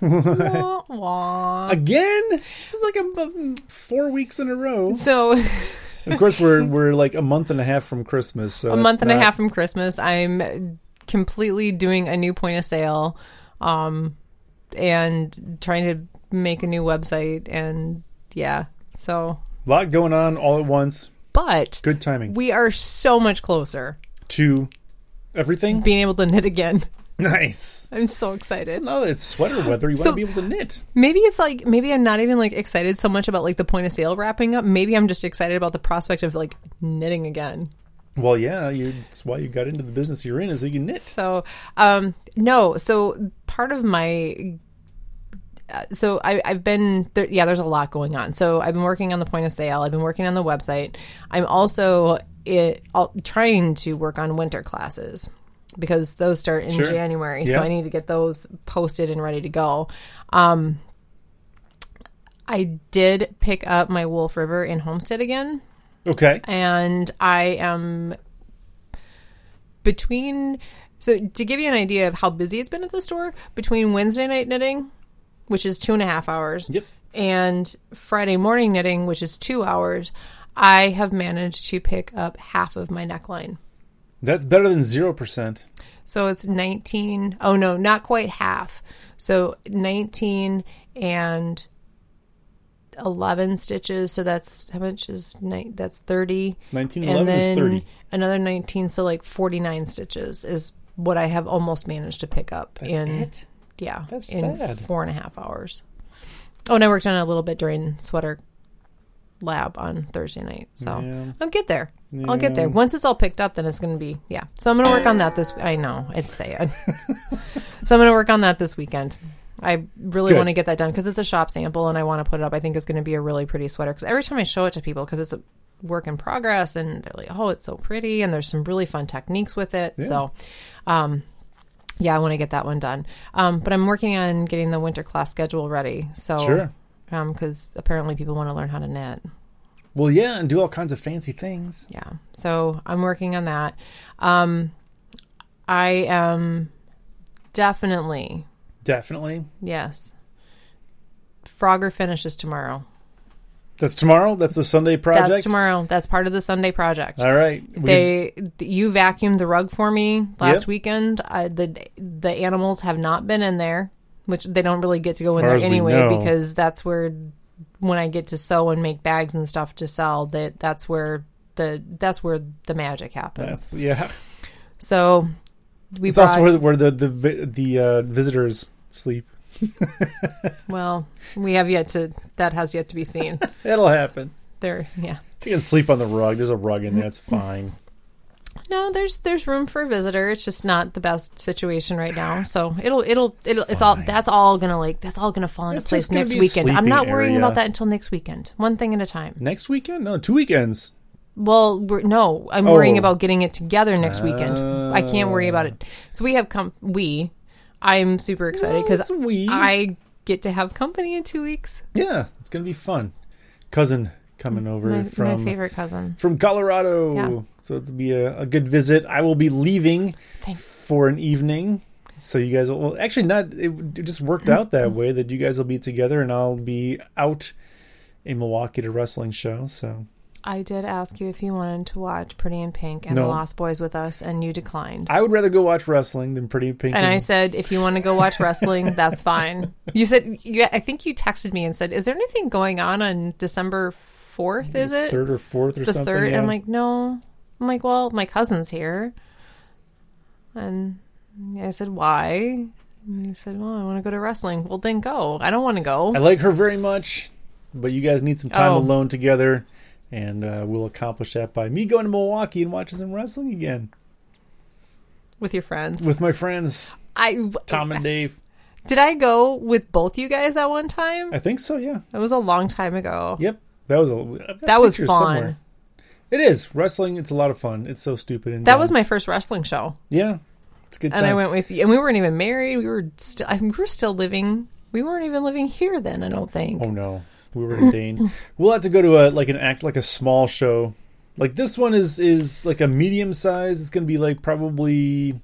[SPEAKER 2] Wah, wah.
[SPEAKER 1] Again? This is like a, a- four weeks in a row.
[SPEAKER 2] So
[SPEAKER 1] Of course, we're we're like a month and a half from Christmas. So
[SPEAKER 2] a month and a half from Christmas. I'm completely doing a new point of sale, um, and trying to make a new website, and yeah. So,
[SPEAKER 1] A lot going on all at once.
[SPEAKER 2] but
[SPEAKER 1] Good timing.
[SPEAKER 2] we are so much closer
[SPEAKER 1] to everything.
[SPEAKER 2] being able to knit again.
[SPEAKER 1] Nice.
[SPEAKER 2] I'm so excited.
[SPEAKER 1] No, it's sweater weather. You
[SPEAKER 2] So-
[SPEAKER 1] want to be able to knit.
[SPEAKER 2] Maybe it's like maybe I'm not even like excited so much about like the point of sale wrapping up. Maybe I'm just excited about the prospect of like knitting again.
[SPEAKER 1] Well, yeah, you, that's why you got into the business you're in is that you knit.
[SPEAKER 2] So, um, no. So part of my uh, so I, I've been there, yeah. There's a lot going on. So I've been working on the point of sale. I've been working on the website. I'm also it all, trying to work on winter classes because those start in
[SPEAKER 1] Sure.
[SPEAKER 2] January.
[SPEAKER 1] Yeah.
[SPEAKER 2] So I need to get those posted and ready to go. Um, I did pick up my Wolf River in Homestead again
[SPEAKER 1] Okay.
[SPEAKER 2] and I am between. So to give you an idea of how busy it's been at the store, between Wednesday night knitting, which is two and a half hours,
[SPEAKER 1] Yep.
[SPEAKER 2] and Friday morning knitting, which is two hours, I have managed to pick up half of my neckline.
[SPEAKER 1] That's better than 0%.
[SPEAKER 2] So it's 19. Oh no, not quite half. So 19 and 11 stitches. So that's how much is nine? That's 30.
[SPEAKER 1] 19
[SPEAKER 2] and
[SPEAKER 1] 11 is
[SPEAKER 2] then
[SPEAKER 1] 30.
[SPEAKER 2] another 19. So like 49 stitches is what I have almost managed to pick up in.
[SPEAKER 1] it?
[SPEAKER 2] Yeah.
[SPEAKER 1] That's
[SPEAKER 2] in
[SPEAKER 1] sad.
[SPEAKER 2] Four and a half hours. Oh, and I worked on it a little bit during sweater lab on Thursday night. So
[SPEAKER 1] Yeah.
[SPEAKER 2] I'll get there. I'll get there.
[SPEAKER 1] Yeah.
[SPEAKER 2] Once it's all picked up, then it's going to be, yeah. So I'm going to work on that this, I know, it's sad. so I'm going to work on that this weekend. I really
[SPEAKER 1] Good.
[SPEAKER 2] want to get that done because it's a shop sample and I want to put it up. I think it's going to be a really pretty sweater because every time I show it to people, because it's a work in progress and they're like, oh, it's so pretty. And there's some really fun techniques with it.
[SPEAKER 1] Yeah.
[SPEAKER 2] So, um, yeah, I want to get that one done. Um, but I'm working on getting the winter class schedule ready. So,
[SPEAKER 1] Sure.
[SPEAKER 2] because apparently people want to learn how to knit.
[SPEAKER 1] Well, yeah, and do all kinds of fancy things.
[SPEAKER 2] Yeah. So I'm working on that. Um, I am definitely,
[SPEAKER 1] Definitely.
[SPEAKER 2] yes. Frogger finishes tomorrow.
[SPEAKER 1] That's tomorrow. That's the Sunday project.
[SPEAKER 2] That's tomorrow. That's part of the Sunday project.
[SPEAKER 1] All right. We-
[SPEAKER 2] they you vacuumed the rug for me last
[SPEAKER 1] Yep.
[SPEAKER 2] weekend. I, the the animals have not been in there, which they don't really get to go in
[SPEAKER 1] far
[SPEAKER 2] there
[SPEAKER 1] as we
[SPEAKER 2] anyway
[SPEAKER 1] know.
[SPEAKER 2] because that's where when I get to sew and make bags and stuff to sell that that's where the that's where the magic happens.
[SPEAKER 1] that's, yeah.
[SPEAKER 2] So we
[SPEAKER 1] It's
[SPEAKER 2] brought
[SPEAKER 1] also where the, where the, the, vi- the uh, visitors sleep.
[SPEAKER 2] well, we have yet to that has yet to be seen.
[SPEAKER 1] It'll happen.
[SPEAKER 2] there yeah.
[SPEAKER 1] You can sleep on the rug. There's a rug in there. It's fine.
[SPEAKER 2] No, there's there's room for a visitor. It's just not the best situation right now. So it'll it'll it'll it's all
[SPEAKER 1] fine.
[SPEAKER 2] that's all gonna like that's all gonna fall into
[SPEAKER 1] It's
[SPEAKER 2] place
[SPEAKER 1] just gonna
[SPEAKER 2] next
[SPEAKER 1] be a
[SPEAKER 2] weekend. I'm
[SPEAKER 1] sleeping
[SPEAKER 2] not worrying
[SPEAKER 1] area.
[SPEAKER 2] about that until next weekend. One thing at a time.
[SPEAKER 1] Next weekend? No, two weekends.
[SPEAKER 2] Well, we're, no, I'm
[SPEAKER 1] Oh.
[SPEAKER 2] worrying about getting it together next weekend. I can't worry about it. So we have com- we. I'm super excited because
[SPEAKER 1] Well, it's we.
[SPEAKER 2] I get to have company in two weeks.
[SPEAKER 1] Yeah, it's gonna be fun. Cousin coming over
[SPEAKER 2] My, my
[SPEAKER 1] from
[SPEAKER 2] favorite cousin.
[SPEAKER 1] from Colorado,
[SPEAKER 2] Yeah.
[SPEAKER 1] so it'll be a, a good visit. I will be leaving
[SPEAKER 2] Thanks.
[SPEAKER 1] for an evening, so you guys will. Well, actually, not. It, it just worked out that way that you guys will be together, and I'll be out in Milwaukee to wrestling show. So
[SPEAKER 2] I did ask you if you wanted to watch Pretty in Pink and
[SPEAKER 1] No.
[SPEAKER 2] The Lost Boys with us, and you declined.
[SPEAKER 1] I would rather go watch wrestling than Pretty Pink.
[SPEAKER 2] And I said, if you want to go watch wrestling, that's fine. You said, you, I think you texted me and said, is there anything going on on December 4th? Is it
[SPEAKER 1] third or fourth or
[SPEAKER 2] the
[SPEAKER 1] something?
[SPEAKER 2] 3rd?
[SPEAKER 1] yeah.
[SPEAKER 2] I'm like, no. I'm like, well, my cousin's here. And I said, why? And you said, well, I want to go to wrestling. Well, then go. I don't want to go.
[SPEAKER 1] I like her very much, but you guys need some time
[SPEAKER 2] Oh.
[SPEAKER 1] alone together, and uh, we'll accomplish that by me going to Milwaukee and watching some wrestling again
[SPEAKER 2] with your friends.
[SPEAKER 1] with my friends
[SPEAKER 2] I
[SPEAKER 1] Tom and Dave.
[SPEAKER 2] Did I go with both you guys at one time?
[SPEAKER 1] I think so. Yeah.
[SPEAKER 2] That was a long time ago.
[SPEAKER 1] Yep. That was a I've got
[SPEAKER 2] That was
[SPEAKER 1] pictures
[SPEAKER 2] fun.
[SPEAKER 1] somewhere. It is wrestling. It's a lot of fun. It's so stupid. And
[SPEAKER 2] That
[SPEAKER 1] dumb.
[SPEAKER 2] was my first wrestling show.
[SPEAKER 1] yeah. It's a good time.
[SPEAKER 2] and I went with you. And we weren't even married. We were still. We were still living. We weren't even living here then. I don't think.
[SPEAKER 1] Oh no, we were in Dane. we'll have to go to a like an act like a small show. Like this one is is like a medium size. It's gonna be like probably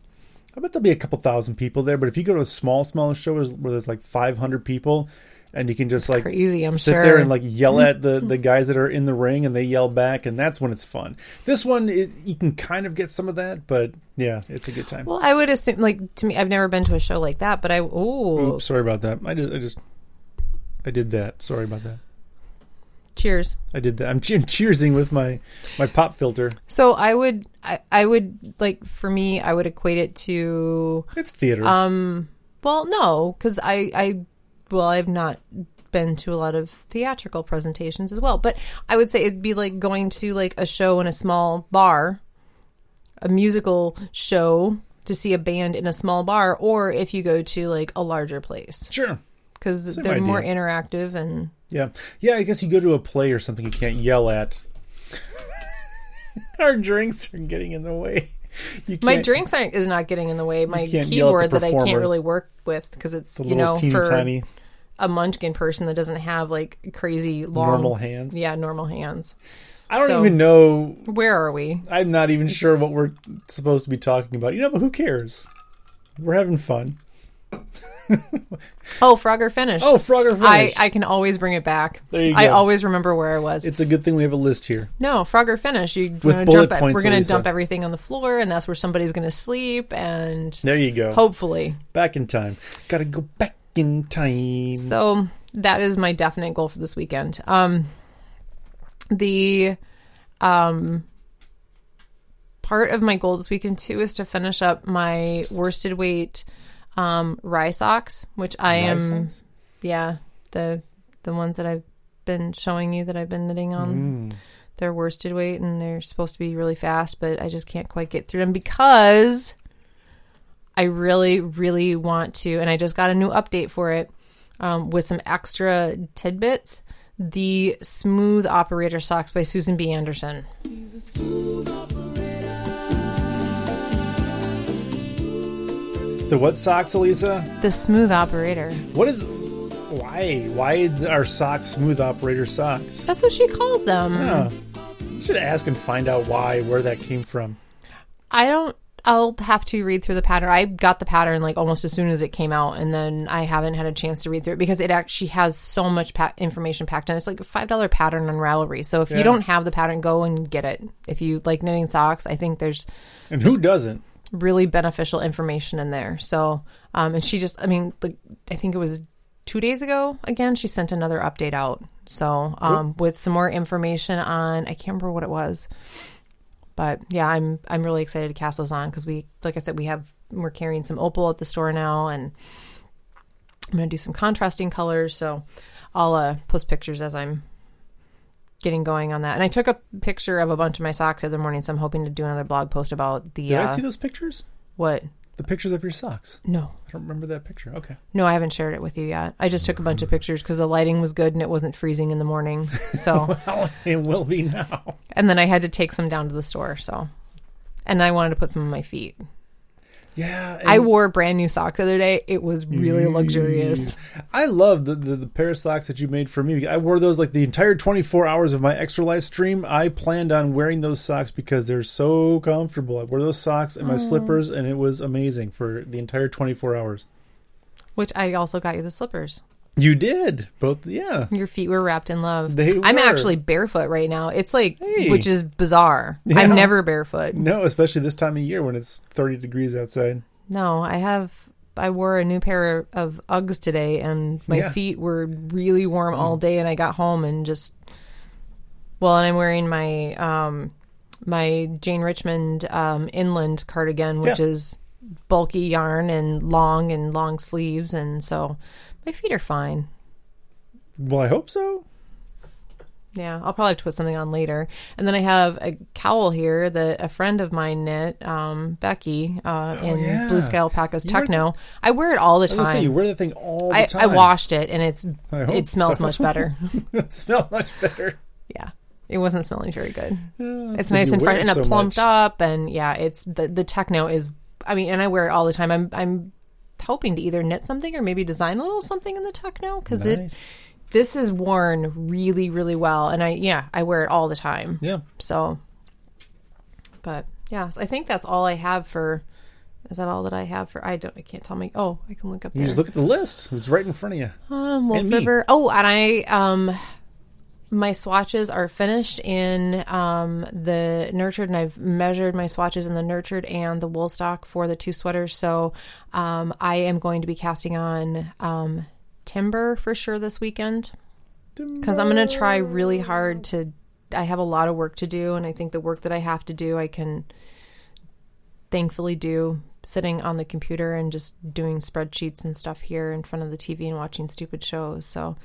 [SPEAKER 1] I bet there'll be a couple thousand people there. But if you go to a small, small show where there's like 500 people, and you can just like
[SPEAKER 2] crazy, I'm
[SPEAKER 1] sit
[SPEAKER 2] sure. Mm-hmm.
[SPEAKER 1] there and like yell at the the guys that are in the ring, and they yell back, and that's when it's fun. This one, it, you can kind of get some of that, but yeah, it's a good time.
[SPEAKER 2] Well, I would assume, like, to me, I've never been to a show like that, but I, ooh,
[SPEAKER 1] Oops, sorry about that. I just, I just, I did that. Sorry about that.
[SPEAKER 2] cheers.
[SPEAKER 1] I did that. I'm, che- I'm cheersing with my my pop filter.
[SPEAKER 2] So I would, I, I would, like, for me, I would equate it to,
[SPEAKER 1] It's theater.
[SPEAKER 2] Um, well, no, because I, I, well, I've not been to a lot of theatrical presentations as well, but I would say it'd be like going to, like, a show in a small bar, a musical show to see a band in a small bar, or if you go to, like, a larger place,
[SPEAKER 1] sure.
[SPEAKER 2] because
[SPEAKER 1] Same
[SPEAKER 2] they're more
[SPEAKER 1] idea.
[SPEAKER 2] interactive and,
[SPEAKER 1] Yeah. Yeah, I guess you go to a play or something you can't yell at. Our drinks are getting in the way. You can't,
[SPEAKER 2] My drinks aren't is not getting in the way. My
[SPEAKER 1] can't yell at
[SPEAKER 2] keyboard
[SPEAKER 1] the
[SPEAKER 2] that I can't
[SPEAKER 1] performers.
[SPEAKER 2] really work with because it's
[SPEAKER 1] the
[SPEAKER 2] you
[SPEAKER 1] little
[SPEAKER 2] know
[SPEAKER 1] teeny
[SPEAKER 2] for
[SPEAKER 1] tiny
[SPEAKER 2] a munchkin person that doesn't have like crazy long
[SPEAKER 1] normal hands.
[SPEAKER 2] Yeah, normal hands.
[SPEAKER 1] I don't
[SPEAKER 2] so-
[SPEAKER 1] even know.
[SPEAKER 2] Where are we?
[SPEAKER 1] I'm not even sure what we're supposed to be talking about. You know, but who cares? We're having fun.
[SPEAKER 2] Oh, Frogger finished.
[SPEAKER 1] Oh, Frogger
[SPEAKER 2] I,
[SPEAKER 1] Finish.
[SPEAKER 2] I can always bring it back.
[SPEAKER 1] There you
[SPEAKER 2] I
[SPEAKER 1] go.
[SPEAKER 2] always remember where I was.
[SPEAKER 1] it's a good thing we have a list here.
[SPEAKER 2] no, Frogger finish. You
[SPEAKER 1] With
[SPEAKER 2] gonna
[SPEAKER 1] bullet
[SPEAKER 2] dump it-
[SPEAKER 1] points,
[SPEAKER 2] we're gonna
[SPEAKER 1] Elisa.
[SPEAKER 2] dump everything on the floor, and that's where somebody's gonna sleep, and
[SPEAKER 1] There you go.
[SPEAKER 2] hopefully.
[SPEAKER 1] Back in time. Gotta go back in time.
[SPEAKER 2] So that is my definite goal for this weekend. Um, the um, part of my goal this weekend too is to finish up my worsted weight um, rye socks, which I am
[SPEAKER 1] Nice.
[SPEAKER 2] yeah the the ones that I've been showing you that I've been knitting
[SPEAKER 1] Mm-hmm. Hmm.
[SPEAKER 2] on. They're worsted weight and they're supposed to be really fast, but I just can't quite get through them because I really, really want to. And I just got a new update for it um, with some extra tidbits. The Smooth Operator Socks by Susan B. Anderson.
[SPEAKER 1] The what socks, Elisa?
[SPEAKER 2] The Smooth Operator.
[SPEAKER 1] What is? Why? Why are socks smooth operator socks?
[SPEAKER 2] That's what she calls them.
[SPEAKER 1] Huh. You should ask and find out why, where that came from.
[SPEAKER 2] I don't. I'll have to read through the pattern. I got the pattern like almost as soon as it came out, and then I haven't had a chance to read through it because it actually has so much pa- information packed in. It's like a five dollar pattern on Ravelry. So if
[SPEAKER 1] Yeah.
[SPEAKER 2] you don't have the pattern, go and get it. If you like knitting socks, I think there's
[SPEAKER 1] And who doesn't?
[SPEAKER 2] really beneficial information in there. So, um, and she just, I mean, like I think it was two days ago. Again, she sent another update out. So, um, with some more information on, I can't remember what it was, but yeah, I'm I'm really excited to cast those on because we, like I said, we have we're carrying some opal at the store now, and I'm gonna do some contrasting colors. So, I'll uh, post pictures as I'm getting going on that. And I took a picture of a bunch of my socks the other morning, so I'm hoping to do another blog post about the.
[SPEAKER 1] Did
[SPEAKER 2] uh,
[SPEAKER 1] I see those pictures?
[SPEAKER 2] what?
[SPEAKER 1] The pictures of your socks.
[SPEAKER 2] No.
[SPEAKER 1] I don't remember that picture. Okay.
[SPEAKER 2] No, I haven't shared it with you yet. I just took a bunch of pictures because the lighting was good and it wasn't freezing in the morning. So,
[SPEAKER 1] Well, it will be now.
[SPEAKER 2] and then I had to take some down to the store. So, and I wanted to put some on my feet.
[SPEAKER 1] Yeah.
[SPEAKER 2] I
[SPEAKER 1] and
[SPEAKER 2] wore brand new socks the other day. It was really luxurious.
[SPEAKER 1] I love the, the the pair of socks that you made for me. I wore those like the entire 24 hours of my extra life stream. I planned on wearing those socks because they're so comfortable. I wore those socks and my slippers, and it was amazing for the entire 24 hours.
[SPEAKER 2] Which I also got you the slippers.
[SPEAKER 1] You did both. Yeah.
[SPEAKER 2] Your feet were wrapped in love.
[SPEAKER 1] They
[SPEAKER 2] I'm
[SPEAKER 1] were.
[SPEAKER 2] actually barefoot right now. It's like,
[SPEAKER 1] Hey.
[SPEAKER 2] which is bizarre.
[SPEAKER 1] Yeah.
[SPEAKER 2] I'm never barefoot.
[SPEAKER 1] No, especially this time of year when it's 30 degrees outside.
[SPEAKER 2] No, I have. I wore a new pair of Uggs today, and my
[SPEAKER 1] Yeah. Mm.
[SPEAKER 2] feet were really warm all day. And I got home and just well, and I'm wearing my um my Jane Richmond um inland cardigan, which
[SPEAKER 1] Yeah.
[SPEAKER 2] is bulky yarn and long and long sleeves, and so my feet are fine.
[SPEAKER 1] Well, I hope so.
[SPEAKER 2] Yeah, I'll probably have to put something on later. And then I have a cowl here that a friend of mine knit, um, Becky, uh, in
[SPEAKER 1] Oh, yeah.
[SPEAKER 2] Blue Sky Alpacas
[SPEAKER 1] You wear
[SPEAKER 2] Techno. I wear it all the
[SPEAKER 1] I was gonna say you
[SPEAKER 2] time.
[SPEAKER 1] wear that thing all the
[SPEAKER 2] I, I
[SPEAKER 1] time.
[SPEAKER 2] washed it and it's
[SPEAKER 1] I hope
[SPEAKER 2] it smells
[SPEAKER 1] so.
[SPEAKER 2] much better.
[SPEAKER 1] it smells much better.
[SPEAKER 2] yeah. It wasn't smelling very good.
[SPEAKER 1] It's
[SPEAKER 2] It's nice and fresh and
[SPEAKER 1] so
[SPEAKER 2] it plumped
[SPEAKER 1] much.
[SPEAKER 2] up and yeah, it's the the techno is I mean, and I wear it all the time. I'm I'm hoping to either knit something or maybe design a little something in the techno cuz
[SPEAKER 1] Nice.
[SPEAKER 2] it this is worn really really well and I yeah, I wear it all the time.
[SPEAKER 1] Yeah.
[SPEAKER 2] So but yeah, so I think that's all I have for Is that all that I have for? I don't. I can't tell my. Oh, I can look up
[SPEAKER 1] You
[SPEAKER 2] there.
[SPEAKER 1] just look at the list. It's right in front of you.
[SPEAKER 2] um, Wolf
[SPEAKER 1] and me.
[SPEAKER 2] River. Oh, and I um, my swatches are finished in um the nurtured, and I've measured my swatches in the nurtured and the wool stock for the two sweaters. So, um, I am going to be casting on um timber for sure this weekend because I'm going to try really hard to. I have a lot of work to do, and I think the work that I have to do, I can thankfully do sitting on the computer and just doing spreadsheets and stuff here in front of the TV and watching stupid shows. So,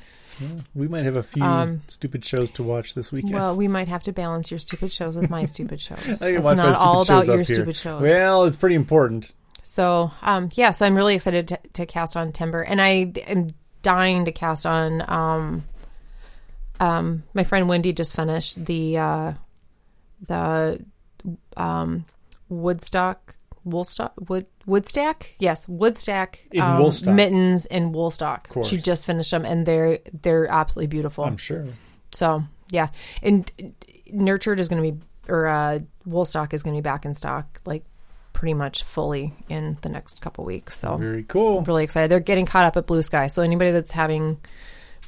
[SPEAKER 1] We might have a few stupid shows to watch this weekend.
[SPEAKER 2] Um, well, we might have to balance your stupid shows with my stupid shows. It's
[SPEAKER 1] I can watch
[SPEAKER 2] not
[SPEAKER 1] my stupid
[SPEAKER 2] all about
[SPEAKER 1] shows
[SPEAKER 2] your
[SPEAKER 1] up here.
[SPEAKER 2] stupid shows.
[SPEAKER 1] Well, it's pretty important.
[SPEAKER 2] So, um, yeah, so I'm really excited to, to cast on Timber, and I am dying to cast on. Um, um, my friend Wendy just finished the uh, the um, Woodstock Woolstock Wood Woodstack, yes, Woodstack
[SPEAKER 1] In
[SPEAKER 2] um,
[SPEAKER 1] Woolstock.
[SPEAKER 2] mittens in Woolstock.
[SPEAKER 1] course.
[SPEAKER 2] She just finished them, and they're they're absolutely beautiful.
[SPEAKER 1] I'm sure.
[SPEAKER 2] So yeah, and uh, nurtured is going to be or uh, Woolstock is going to be back in stock like pretty much fully in the next couple weeks. So
[SPEAKER 1] Very cool.
[SPEAKER 2] really excited. They're getting caught up at Blue Sky. So anybody that's having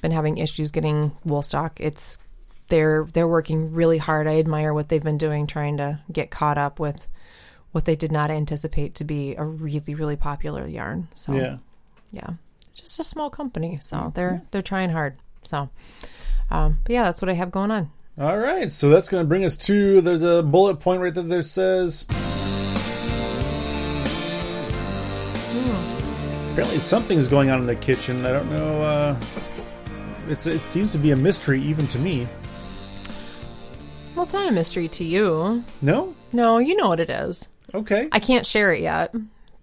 [SPEAKER 2] been having issues getting Woolstock, it's they're they're working really hard. I admire what they've been doing trying to get caught up with what they did not anticipate to be a really really popular yarn. So
[SPEAKER 1] Yeah.
[SPEAKER 2] yeah It's just a small company so they're they're trying hard so um but yeah that's what i have going on
[SPEAKER 1] All right. So that's going to bring us to there's a bullet point right there that says.
[SPEAKER 2] Hmm.
[SPEAKER 1] Apparently something's going on in the kitchen. I don't know. Uh, it's it seems to be a mystery even to me.
[SPEAKER 2] well it's not a mystery to you
[SPEAKER 1] No.
[SPEAKER 2] no you know what it is
[SPEAKER 1] Okay.
[SPEAKER 2] i can't share it yet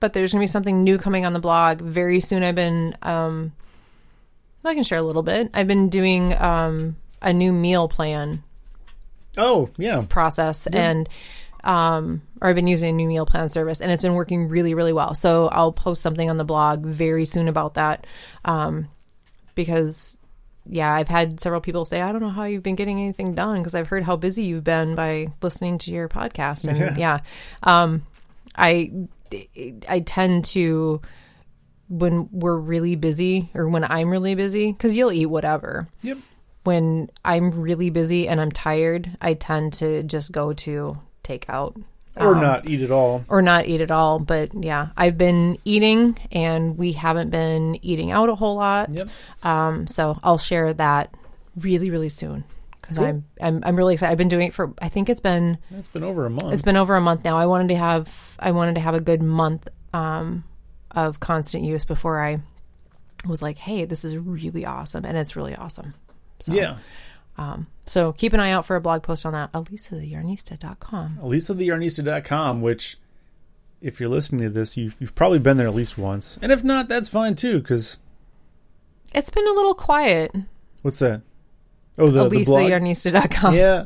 [SPEAKER 2] but there's gonna be something new coming on the blog very soon i've been um i can share a little bit i've been doing um a new meal plan
[SPEAKER 1] oh yeah.
[SPEAKER 2] process and um or I've been using a new meal plan service and it's been working really really well. So I'll post something on the blog very soon about that um because yeah, I've had several people say I don't know how you've been getting anything done because I've heard how busy you've been by listening to your podcast and yeah. Um I I tend to when we're really busy or when I'm really busy cuz you'll eat whatever
[SPEAKER 1] Yep.
[SPEAKER 2] when I'm really busy and I'm tired, I tend to just go to takeout
[SPEAKER 1] Or
[SPEAKER 2] um,
[SPEAKER 1] not eat at all.
[SPEAKER 2] or not eat at all. But yeah, I've been eating and we haven't been eating out a whole lot.
[SPEAKER 1] Yep.
[SPEAKER 2] Um, so I'll share that really, really soon because
[SPEAKER 1] Cool.
[SPEAKER 2] I'm, I'm I'm really excited. I've been doing it for I think it's been
[SPEAKER 1] It's been over a month.
[SPEAKER 2] it's been over a month now. I wanted to have I wanted to have a good month um, of constant use before I was like, hey, this is really awesome, and it's really awesome. So.
[SPEAKER 1] yeah.
[SPEAKER 2] So keep an eye out for a blog post on that, alisayarnista.com.
[SPEAKER 1] elisatherarnista.com, which, if you're listening to this, you've, you've probably been there at least once. And if not, that's fine too, because
[SPEAKER 2] It's been a little quiet,
[SPEAKER 1] what's that? Oh, the, the blog.
[SPEAKER 2] alisayarnista.com.
[SPEAKER 1] Yeah.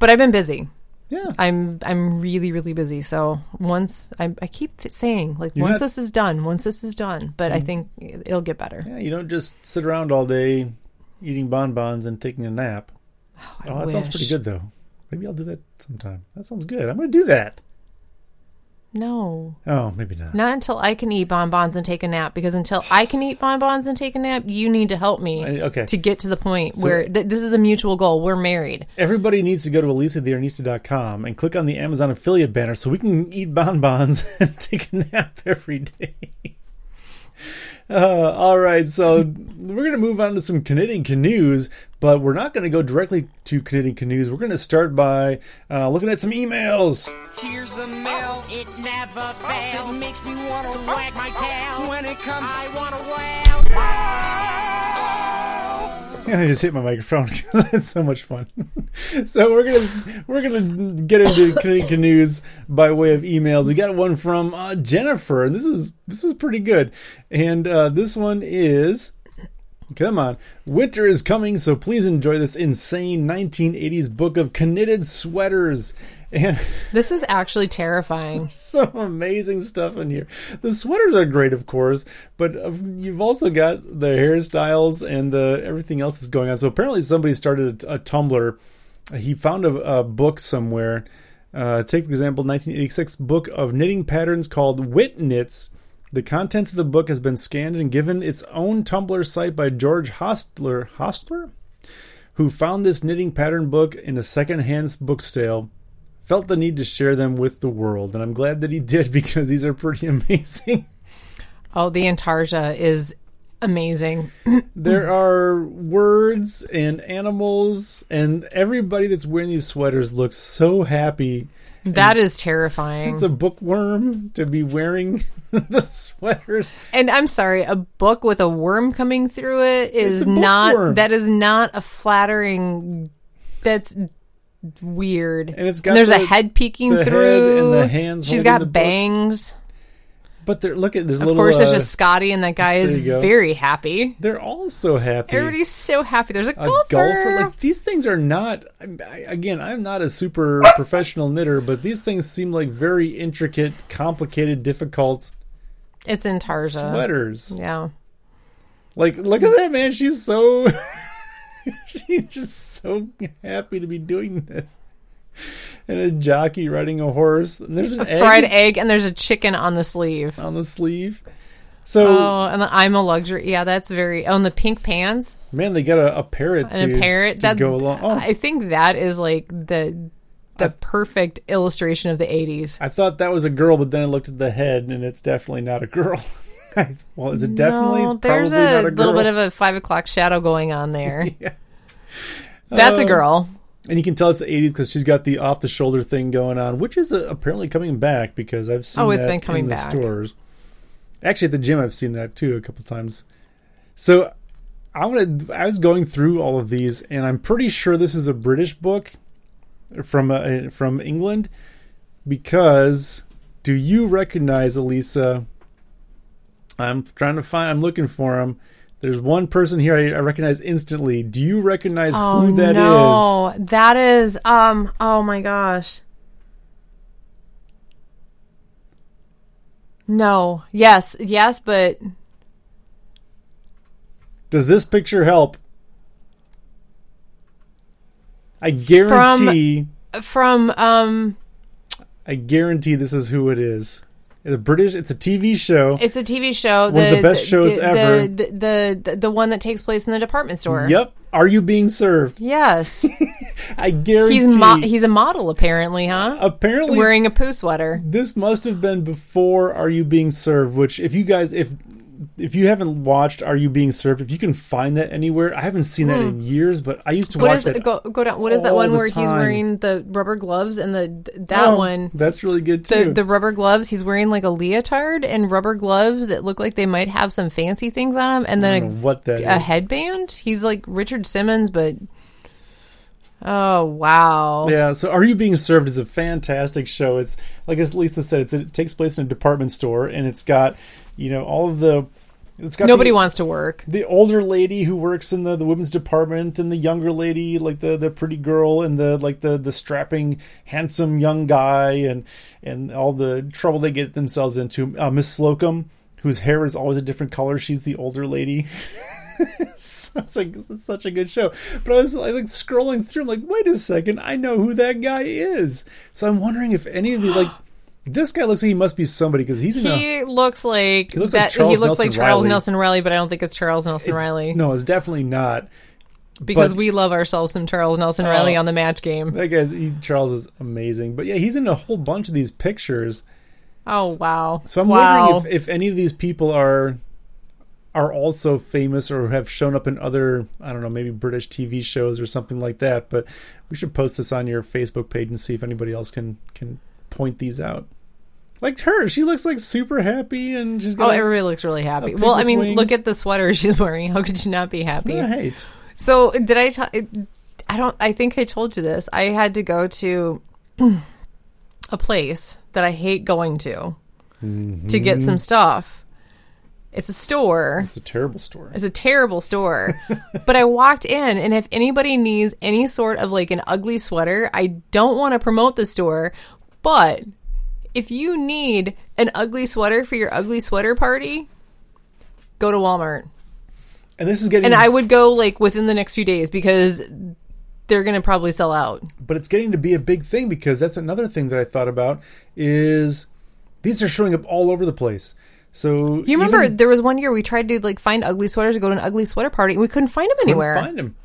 [SPEAKER 2] But I've been busy.
[SPEAKER 1] Yeah.
[SPEAKER 2] I'm I'm really really busy. So once I, I keep th- saying like
[SPEAKER 1] You're
[SPEAKER 2] once
[SPEAKER 1] not-
[SPEAKER 2] this is done, once this is done, but I think it'll get better.
[SPEAKER 1] Mm. Yeah. You don't just sit around all day eating bonbons and taking a nap.
[SPEAKER 2] I
[SPEAKER 1] Oh, that sounds
[SPEAKER 2] wish.
[SPEAKER 1] pretty good, though. Maybe I'll do that sometime. That sounds good. I'm going to do that.
[SPEAKER 2] No,
[SPEAKER 1] Oh, maybe not.
[SPEAKER 2] not until I can eat bonbons and take a nap. Because until I can eat bonbons and take a nap, you need to help me
[SPEAKER 1] I- okay.
[SPEAKER 2] to get to the point where th- this is a mutual goal. We're married.
[SPEAKER 1] Everybody needs to go to elisatherarnista.com and click on the Amazon affiliate banner so we can eat bonbons and take a nap every day. Uh, all right, so we're going to move on to some Knitting Canoes, but we're not going to go directly to Knitting Canoes. We're going to start by uh, looking at some emails.
[SPEAKER 4] Here's the mail. Oh,
[SPEAKER 5] It never
[SPEAKER 4] It
[SPEAKER 5] fails.
[SPEAKER 4] makes me want to wag my tail. Oh, When it comes,
[SPEAKER 5] I wanna wail.
[SPEAKER 1] And I just hit my microphone because it's so much fun. so we're gonna we're gonna get into Canadian news by way of emails. We got one from uh, Jennifer, and this is this is pretty good. And uh, this one is. Come on. Winter is coming, so please enjoy this insane 1980s book of knitted sweaters. And
[SPEAKER 2] This is actually terrifying.
[SPEAKER 1] some amazing stuff in here. The sweaters are great, of course, but uh, you've also got the hairstyles and the everything else that's going on. So apparently, somebody started a, a Tumblr. He found a, a book somewhere Uh, take, for example, 1986 book of knitting patterns called Wit Knits. The contents of the book has been scanned and given its own Tumblr site by George Hostler, Hostler, who found this knitting pattern book in a secondhand book sale. Felt the need to share them with the world, and I'm glad that he did because these are pretty amazing.
[SPEAKER 2] Oh, the Antarja is amazing.
[SPEAKER 1] There
[SPEAKER 2] Hmm.
[SPEAKER 1] are words and animals, and everybody that's wearing these sweaters looks so happy.
[SPEAKER 2] That is terrifying.
[SPEAKER 1] It's a bookworm to be wearing the sweaters.
[SPEAKER 2] and I'm sorry, a book with a worm coming through it is
[SPEAKER 1] It's a bookworm.
[SPEAKER 2] not that is not a flattering that's weird.
[SPEAKER 1] And it's got
[SPEAKER 2] there's
[SPEAKER 1] the-
[SPEAKER 2] a head peeking
[SPEAKER 1] the head
[SPEAKER 2] through.
[SPEAKER 1] and the hands
[SPEAKER 2] She's
[SPEAKER 1] holding
[SPEAKER 2] got
[SPEAKER 1] the book.
[SPEAKER 2] bangs.
[SPEAKER 1] But they're look at this
[SPEAKER 2] Of
[SPEAKER 1] little.
[SPEAKER 2] course there's
[SPEAKER 1] uh,
[SPEAKER 2] just Scotty and that guy is
[SPEAKER 1] you go.
[SPEAKER 2] very happy.
[SPEAKER 1] They're all so happy.
[SPEAKER 2] Everybody's so happy. There's a,
[SPEAKER 1] a
[SPEAKER 2] golfer.
[SPEAKER 1] golfer. Like these things are not. I- I, again, I'm not a super professional knitter, but these things seem like very intricate, complicated, difficult
[SPEAKER 2] it's Antarja.
[SPEAKER 1] sweaters.
[SPEAKER 2] Yeah.
[SPEAKER 1] Like, look at that man. She's so. she's just so happy to be doing this. And a jockey riding a horse. And there's an egg
[SPEAKER 2] Fried egg and there's a chicken on the sleeve.
[SPEAKER 1] on the sleeve. So
[SPEAKER 2] Oh, and the, I'm a luxury. Yeah, that's very. Oh, and the pink pants
[SPEAKER 1] man, they got a, a parrot to,
[SPEAKER 2] and a parrot.
[SPEAKER 1] to
[SPEAKER 2] That
[SPEAKER 1] go along. Oh,
[SPEAKER 2] I
[SPEAKER 1] I,
[SPEAKER 2] think that is like the the perfect illustration of the 80s.
[SPEAKER 1] thought that was a girl, but then I looked at the head, and it's definitely not a girl. well, is it definitely?
[SPEAKER 2] No,
[SPEAKER 1] it's probably
[SPEAKER 2] there's a,
[SPEAKER 1] not a girl.
[SPEAKER 2] little bit of a five o'clock shadow going on there. That's
[SPEAKER 1] Oh.
[SPEAKER 2] a girl.
[SPEAKER 1] and you can tell it's the '80s because she's got the off-the-shoulder thing going on, which is uh, apparently coming back because I've seen.
[SPEAKER 2] Oh, it's
[SPEAKER 1] that
[SPEAKER 2] been coming
[SPEAKER 1] in the
[SPEAKER 2] back.
[SPEAKER 1] stores. Actually, at the gym, I've seen that too a couple times. So, I want to. I was going through all of these, and I'm pretty sure this is a British book from uh, from England because do you recognize Elisa? I'm trying to find. I'm looking for him. There's one person here I, I recognize instantly. Do you recognize
[SPEAKER 2] Oh
[SPEAKER 1] who that is?
[SPEAKER 2] no, that is um. Oh my gosh. No. Yes. Yes. But
[SPEAKER 1] Does this picture help? I guarantee.
[SPEAKER 2] from um,
[SPEAKER 1] I guarantee this is who it is. It's a British. It's a TV show.
[SPEAKER 2] it's a TV show.
[SPEAKER 1] One of the best shows
[SPEAKER 2] the,
[SPEAKER 1] ever.
[SPEAKER 2] The the, the the one that takes place in the department store.
[SPEAKER 1] Yep. Are you being served?
[SPEAKER 2] Yes.
[SPEAKER 1] I guarantee.
[SPEAKER 2] He's mo- he's a model apparently, huh?
[SPEAKER 1] apparently
[SPEAKER 2] Wearing a poo sweater.
[SPEAKER 1] this must have been before Are You Being Served, which if you guys if if you haven't watched Are You Being Served, if you can find that anywhere, I haven't seen that in years, but I used to
[SPEAKER 2] Hmm. What
[SPEAKER 1] watch
[SPEAKER 2] is
[SPEAKER 1] that.
[SPEAKER 2] go go down? What is that
[SPEAKER 1] all
[SPEAKER 2] one
[SPEAKER 1] the
[SPEAKER 2] where he's
[SPEAKER 1] time.
[SPEAKER 2] wearing the rubber gloves and the that
[SPEAKER 1] Oh,
[SPEAKER 2] one?
[SPEAKER 1] That's really good too.
[SPEAKER 2] the, the rubber gloves he's wearing like a leotard and rubber gloves that look like they might have some fancy things on them and
[SPEAKER 1] I
[SPEAKER 2] then
[SPEAKER 1] don't know what that is.
[SPEAKER 2] a, a headband he's like richard simmons but oh wow
[SPEAKER 1] Yeah, so Are You Being Served is a fantastic show. It's like as Lisa said, it's, it takes place in a department store, and it's got you know all of the. It's got
[SPEAKER 2] nobody
[SPEAKER 1] the,
[SPEAKER 2] wants to work
[SPEAKER 1] the older lady who works in the, the women's department and the younger lady like the, the pretty girl and the like the, the strapping handsome young guy and and all the trouble they get themselves into uh, miss slocum whose hair is always a different color she's the older lady it's like this is such a good show but i was like like, scrolling through I'm like wait a second i know who that guy is so i'm wondering if any of the like this guy looks like he must be somebody because he's in a
[SPEAKER 2] he looks like
[SPEAKER 1] looks
[SPEAKER 2] that,
[SPEAKER 1] like Charles
[SPEAKER 2] he looks like
[SPEAKER 1] Nelson
[SPEAKER 2] charles
[SPEAKER 1] Riley.
[SPEAKER 2] nelson riley but i don't think it's charles nelson
[SPEAKER 1] it's-
[SPEAKER 2] riley
[SPEAKER 1] no it's definitely not
[SPEAKER 2] because
[SPEAKER 1] but- Oh.
[SPEAKER 2] we love ourselves some charles nelson riley on the match game
[SPEAKER 1] That guy's he, Charles is amazing, but yeah, he's in a whole bunch of these pictures.
[SPEAKER 2] oh wow
[SPEAKER 1] So I'm
[SPEAKER 2] wow
[SPEAKER 1] wondering if, if any of these people are are also famous or have shown up in other I don't know maybe British TV shows or something like that. But we should post this on your Facebook page and see if anybody else can can point these out. Like her, she looks like super happy and she's
[SPEAKER 2] Oh,
[SPEAKER 1] got. like,
[SPEAKER 2] everybody looks really happy.
[SPEAKER 1] pig
[SPEAKER 2] Well, I
[SPEAKER 1] with
[SPEAKER 2] mean, look
[SPEAKER 1] wings.
[SPEAKER 2] at the sweater she's wearing. How could you not be happy?
[SPEAKER 1] Right.
[SPEAKER 2] So did I tell? I don't. I think I told you this. I had to go to a place that I hate going to
[SPEAKER 1] Mm-hmm.
[SPEAKER 2] to get some stuff. It's a store.
[SPEAKER 1] It's a terrible story.
[SPEAKER 2] It's a terrible store. but I walked in, and if anybody needs any sort of like an ugly sweater, I don't want to promote the store, but if you need an ugly sweater for your ugly sweater party, go to Walmart
[SPEAKER 1] And this is getting.
[SPEAKER 2] and I would go like within the next few days because they're going to probably sell out.
[SPEAKER 1] but it's getting to be a big thing because that's another thing that I thought about is these are showing up all over the place. So
[SPEAKER 2] You remember
[SPEAKER 1] even-
[SPEAKER 2] there was one year we tried to like find ugly sweaters to go to an ugly sweater party and we couldn't find them anywhere.
[SPEAKER 1] find them,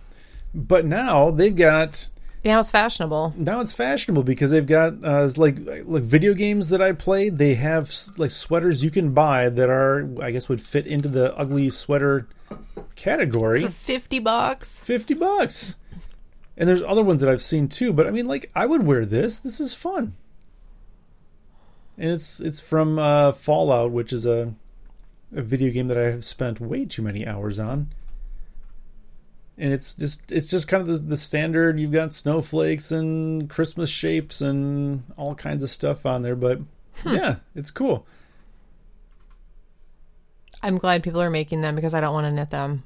[SPEAKER 1] but now they've got
[SPEAKER 2] now it's fashionable.
[SPEAKER 1] now it's fashionable because they've got uh, it's like like video games that I played. They have s- like sweaters you can buy that are I guess would fit into the ugly sweater category.
[SPEAKER 2] 50 bucks.
[SPEAKER 1] 50 bucks. And there's other ones that I've seen too, but I mean like I would wear this. This is fun. And it's it's from uh Fallout, which is a a video game that I have spent way too many hours on. And it's just it's just kind of the, the standard. You've got snowflakes and Christmas shapes and all kinds of stuff on there, but yeah, it's cool.
[SPEAKER 2] I'm glad people are making them because I don't want to knit them.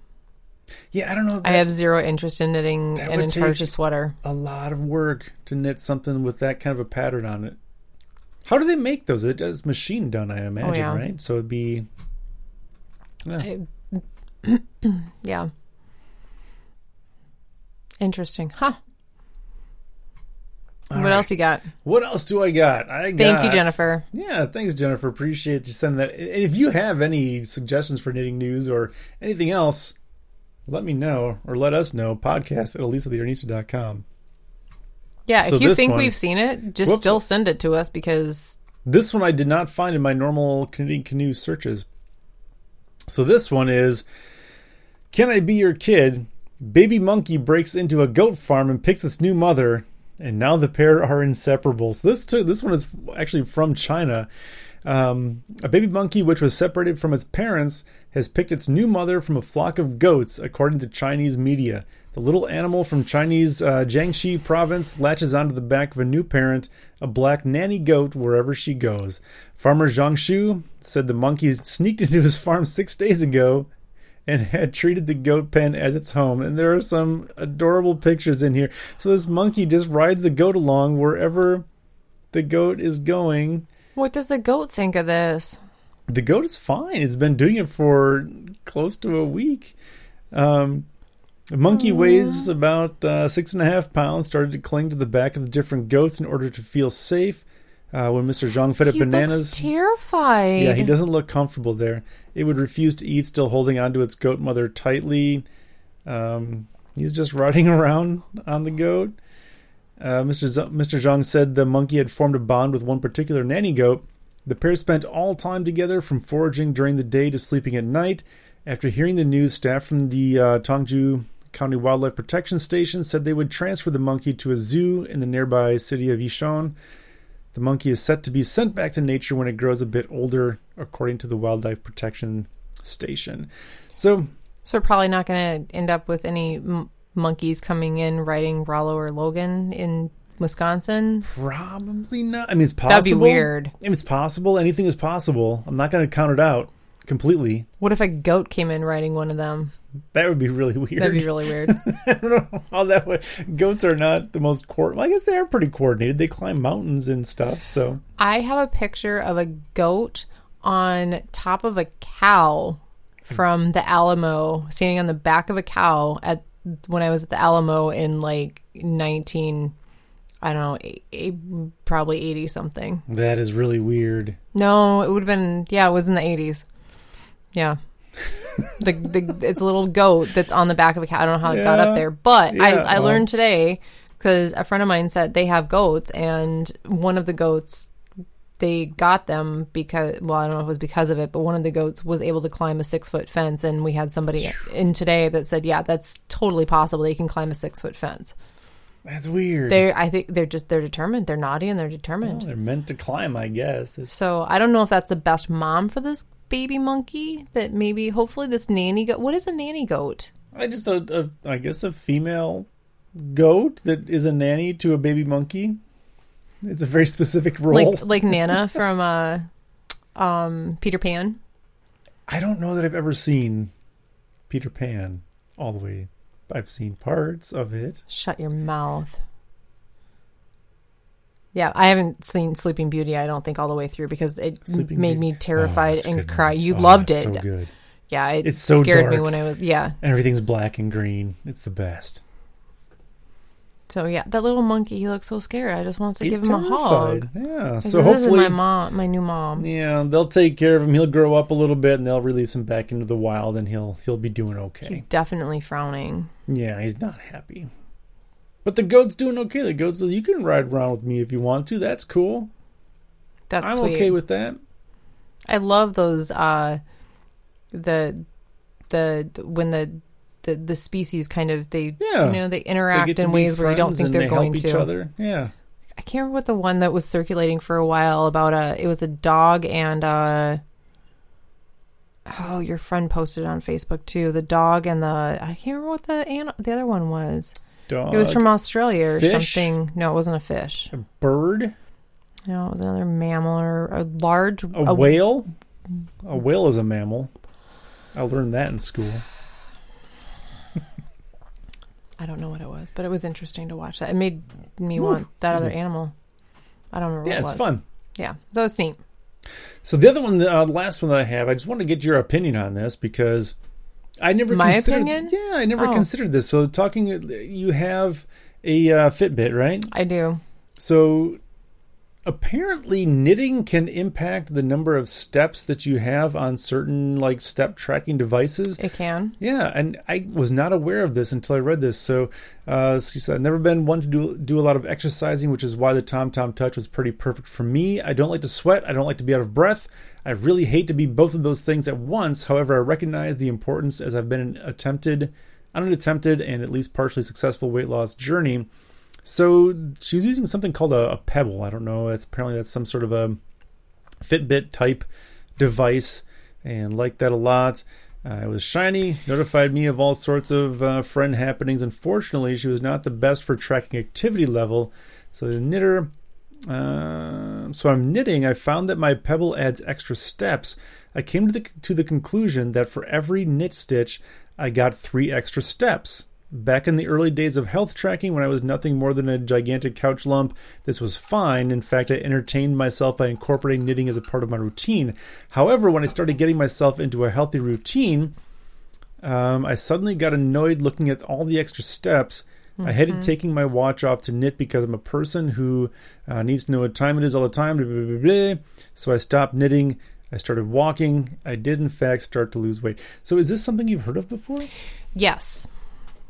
[SPEAKER 1] Yeah, I don't know. if
[SPEAKER 2] I
[SPEAKER 1] that-
[SPEAKER 2] have zero interest in knitting
[SPEAKER 1] That
[SPEAKER 2] an
[SPEAKER 1] would take-
[SPEAKER 2] intarsia sweater.
[SPEAKER 1] a lot of work to knit something with that kind of a pattern on it. How do they make those? It is machine done, I imagine,
[SPEAKER 2] Oh, yeah.
[SPEAKER 1] right? So it'd be
[SPEAKER 2] Yeah. Interesting. Huh. what
[SPEAKER 1] right.
[SPEAKER 2] else you got?
[SPEAKER 1] what else do I got? I got
[SPEAKER 2] Thank you, Jennifer.
[SPEAKER 1] Yeah, thanks, Jennifer. Appreciate you sending that. And if you have any suggestions for knitting news or anything else, let me know or let us know. Podcast at elisathearnista.com.
[SPEAKER 2] Yeah,
[SPEAKER 1] So
[SPEAKER 2] if you
[SPEAKER 1] this
[SPEAKER 2] think
[SPEAKER 1] one-
[SPEAKER 2] we've seen it, just
[SPEAKER 1] Whoops.
[SPEAKER 2] still send it to us because
[SPEAKER 1] This one I did not find in my normal Canadian canoe searches. So this one is Can I be your kid? Baby monkey breaks into a goat farm and picks its new mother, and now the pair are inseparable. So this too, this one is actually from China. Um, a baby monkey which was separated from its parents has picked its new mother from a flock of goats, according to Chinese media. The little animal from Chinese uh, Jiangxi province latches onto the back of a new parent, a black nanny goat, wherever she goes. Farmer Zhang Shu said the monkey sneaked into his farm six days ago and had treated the goat pen as its home. And there are some adorable pictures in here. So this monkey just rides the goat along wherever the goat is going.
[SPEAKER 2] what does the goat think of this?
[SPEAKER 1] The goat is fine. It's been doing it for close to a week. Um, the monkey weighs about uh, six and a half pounds. Started to cling to the back of the different goats in order to feel safe. Uh, when Mr. Zhang fed it
[SPEAKER 2] He
[SPEAKER 1] bananas,
[SPEAKER 2] looks terrified.
[SPEAKER 1] yeah, he doesn't look comfortable there. It would refuse to eat, still holding onto its goat mother tightly. Um, he's just riding around on the goat. Uh, Mr. Z- Mr. Zhang said the monkey had formed a bond with one particular nanny goat. The pair spent all time together, from foraging during the day to sleeping at night. After hearing the news, staff from the uh, Tongju County Wildlife Protection Station said they would transfer the monkey to a zoo in the nearby city of Yishon. The monkey is set to be sent back to nature when it grows a bit older, according to the Wildlife Protection Station. So,
[SPEAKER 2] So we're probably not going to end up with any m- monkeys coming in riding Rollo or Logan in Wisconsin.
[SPEAKER 1] probably not. I mean, it's possible.
[SPEAKER 2] That'd be weird.
[SPEAKER 1] If it's possible, anything is possible. I'm not going to count it out completely.
[SPEAKER 2] What if a goat came in riding one of them?
[SPEAKER 1] That would be really weird.
[SPEAKER 2] That'd be really weird.
[SPEAKER 1] I don't know how that would. Goats are not the most coordinated. I guess they are pretty coordinated. They climb mountains and stuff. So,
[SPEAKER 2] I have a picture of a goat on top of a cow from the Alamo, standing on the back of a cow at when I was at the Alamo in like 19 I don't know, eight, probably 80 something.
[SPEAKER 1] that is really weird.
[SPEAKER 2] No, it would have been yeah, it was in the 80s. Yeah. the, the it's a little goat that's on the back of a cow. I don't know how it got
[SPEAKER 1] Yeah.
[SPEAKER 2] up there, but I,
[SPEAKER 1] Yeah,
[SPEAKER 2] I
[SPEAKER 1] well.
[SPEAKER 2] learned today because a friend of mine said they have goats, and one of the goats they got them because well, I don't know if it was because of it, but one of the goats was able to climb a six foot fence, and we had somebody in today that said, yeah, that's totally possible. They can climb a six foot fence.
[SPEAKER 1] That's weird.
[SPEAKER 2] They, I think they're just they're determined. They're naughty and they're determined.
[SPEAKER 1] Well, they're meant to climb, I guess. It's-
[SPEAKER 2] So I don't know if that's the best mom for this baby monkey. That maybe, hopefully, this nanny goat. What is a nanny goat?
[SPEAKER 1] I just a, a I guess a female goat that is a nanny to a baby monkey. It's a very specific role.
[SPEAKER 2] Like like Nana from uh, um, Peter Pan.
[SPEAKER 1] I don't know that I've ever seen Peter Pan all the way. I've seen parts of it.
[SPEAKER 2] Shut your mouth. Yeah, I haven't seen Sleeping Beauty. I don't think all the way through because it
[SPEAKER 1] Sleeping
[SPEAKER 2] made
[SPEAKER 1] Beauty.
[SPEAKER 2] me terrified
[SPEAKER 1] That's a
[SPEAKER 2] and
[SPEAKER 1] good
[SPEAKER 2] cry.
[SPEAKER 1] one.
[SPEAKER 2] You
[SPEAKER 1] Oh,
[SPEAKER 2] loved
[SPEAKER 1] that's
[SPEAKER 2] it.
[SPEAKER 1] So good.
[SPEAKER 2] Yeah, it
[SPEAKER 1] It's so
[SPEAKER 2] scared me
[SPEAKER 1] dark.
[SPEAKER 2] when I was. Yeah,
[SPEAKER 1] And everything's black and green. It's the best.
[SPEAKER 2] So yeah, that little monkey, he looks so scared. I just wants to
[SPEAKER 1] He's
[SPEAKER 2] give him
[SPEAKER 1] terrified.
[SPEAKER 2] a hug.
[SPEAKER 1] Yeah.
[SPEAKER 2] Like,
[SPEAKER 1] So
[SPEAKER 2] this
[SPEAKER 1] hopefully,
[SPEAKER 2] is my mom, my new mom.
[SPEAKER 1] yeah, they'll take care of him. He'll grow up a little bit, and they'll release him back into the wild, and he'll he'll be doing okay.
[SPEAKER 2] He's definitely frowning.
[SPEAKER 1] yeah, he's not happy. But the goat's doing okay. The goat's you can ride around with me if you want to. That's cool.
[SPEAKER 2] That's
[SPEAKER 1] I'm
[SPEAKER 2] sweet.
[SPEAKER 1] okay with that.
[SPEAKER 2] I love those. Uh, the the when the the, the species kind of they
[SPEAKER 1] Yeah.
[SPEAKER 2] you know they
[SPEAKER 1] They
[SPEAKER 2] interact
[SPEAKER 1] get to
[SPEAKER 2] in
[SPEAKER 1] be
[SPEAKER 2] ways where you don't
[SPEAKER 1] friends
[SPEAKER 2] think
[SPEAKER 1] and
[SPEAKER 2] they're
[SPEAKER 1] they
[SPEAKER 2] going
[SPEAKER 1] help each
[SPEAKER 2] to.
[SPEAKER 1] other. Yeah.
[SPEAKER 2] I can't remember what the one that was circulating for a while about a it was a dog and uh oh your friend posted it on Facebook too the dog and the I can't remember what the an- the other one was
[SPEAKER 1] Dog.
[SPEAKER 2] it was from Australia or
[SPEAKER 1] Uh, Fish?
[SPEAKER 2] something no it wasn't a fish
[SPEAKER 1] a bird,
[SPEAKER 2] no it was another mammal or a large
[SPEAKER 1] a, whale. A whale is a mammal. I learned that in school.
[SPEAKER 2] Oh, I don't know what it was but it was interesting to watch that it made me want that other animal I don't remember
[SPEAKER 1] Yeah,
[SPEAKER 2] what it
[SPEAKER 1] it's
[SPEAKER 2] was
[SPEAKER 1] fun.
[SPEAKER 2] yeah so it's neat
[SPEAKER 1] So the other one, the uh, last one that I have, I just want to get your opinion on this because I never
[SPEAKER 2] My
[SPEAKER 1] considered.
[SPEAKER 2] opinion?
[SPEAKER 1] Yeah, I never
[SPEAKER 2] Oh.
[SPEAKER 1] considered this. So talking, uh, you have a uh, Fitbit, right?
[SPEAKER 2] I do
[SPEAKER 1] So apparently, knitting can impact the number of steps that you have on certain like step tracking devices.
[SPEAKER 2] it can
[SPEAKER 1] Yeah, and I was not aware of this until I read this. So uh, she said, I've never been one to do, do a lot of exercising, which is why the Tom Tom Touch was pretty perfect for me. I don't like to sweat. I don't like to be out of breath. I really hate to be both of those things at once. However, I recognize the importance as I've been an attempted, on an attempted and at least partially successful weight loss journey. So she was using something called a, a Pebble. I don't know. It's apparently that's some sort of a Fitbit type device and liked that a lot. Uh, it was shiny, notified me of all sorts of uh, friend happenings. Unfortunately, she was not the best for tracking activity level. So, the knitter. Um, so I'm knitting. I found that my pebble adds extra steps. I came to the to the conclusion that for every knit stitch, I got three extra steps. Back in the early days of health tracking, when I was nothing more than a gigantic couch lump, this was fine. In fact, I entertained myself by incorporating knitting as a part of my routine. However, when I started getting myself into a healthy routine, um, I suddenly got annoyed looking at all the extra steps. I
[SPEAKER 2] Mm-hmm.
[SPEAKER 1] hated taking my watch off to knit because I'm a person who uh, needs to know what time it is all the time. blah, blah, blah, blah. So I stopped knitting. I started walking. I did, in fact, start to lose weight. So is this something you've heard of before?
[SPEAKER 2] Yes.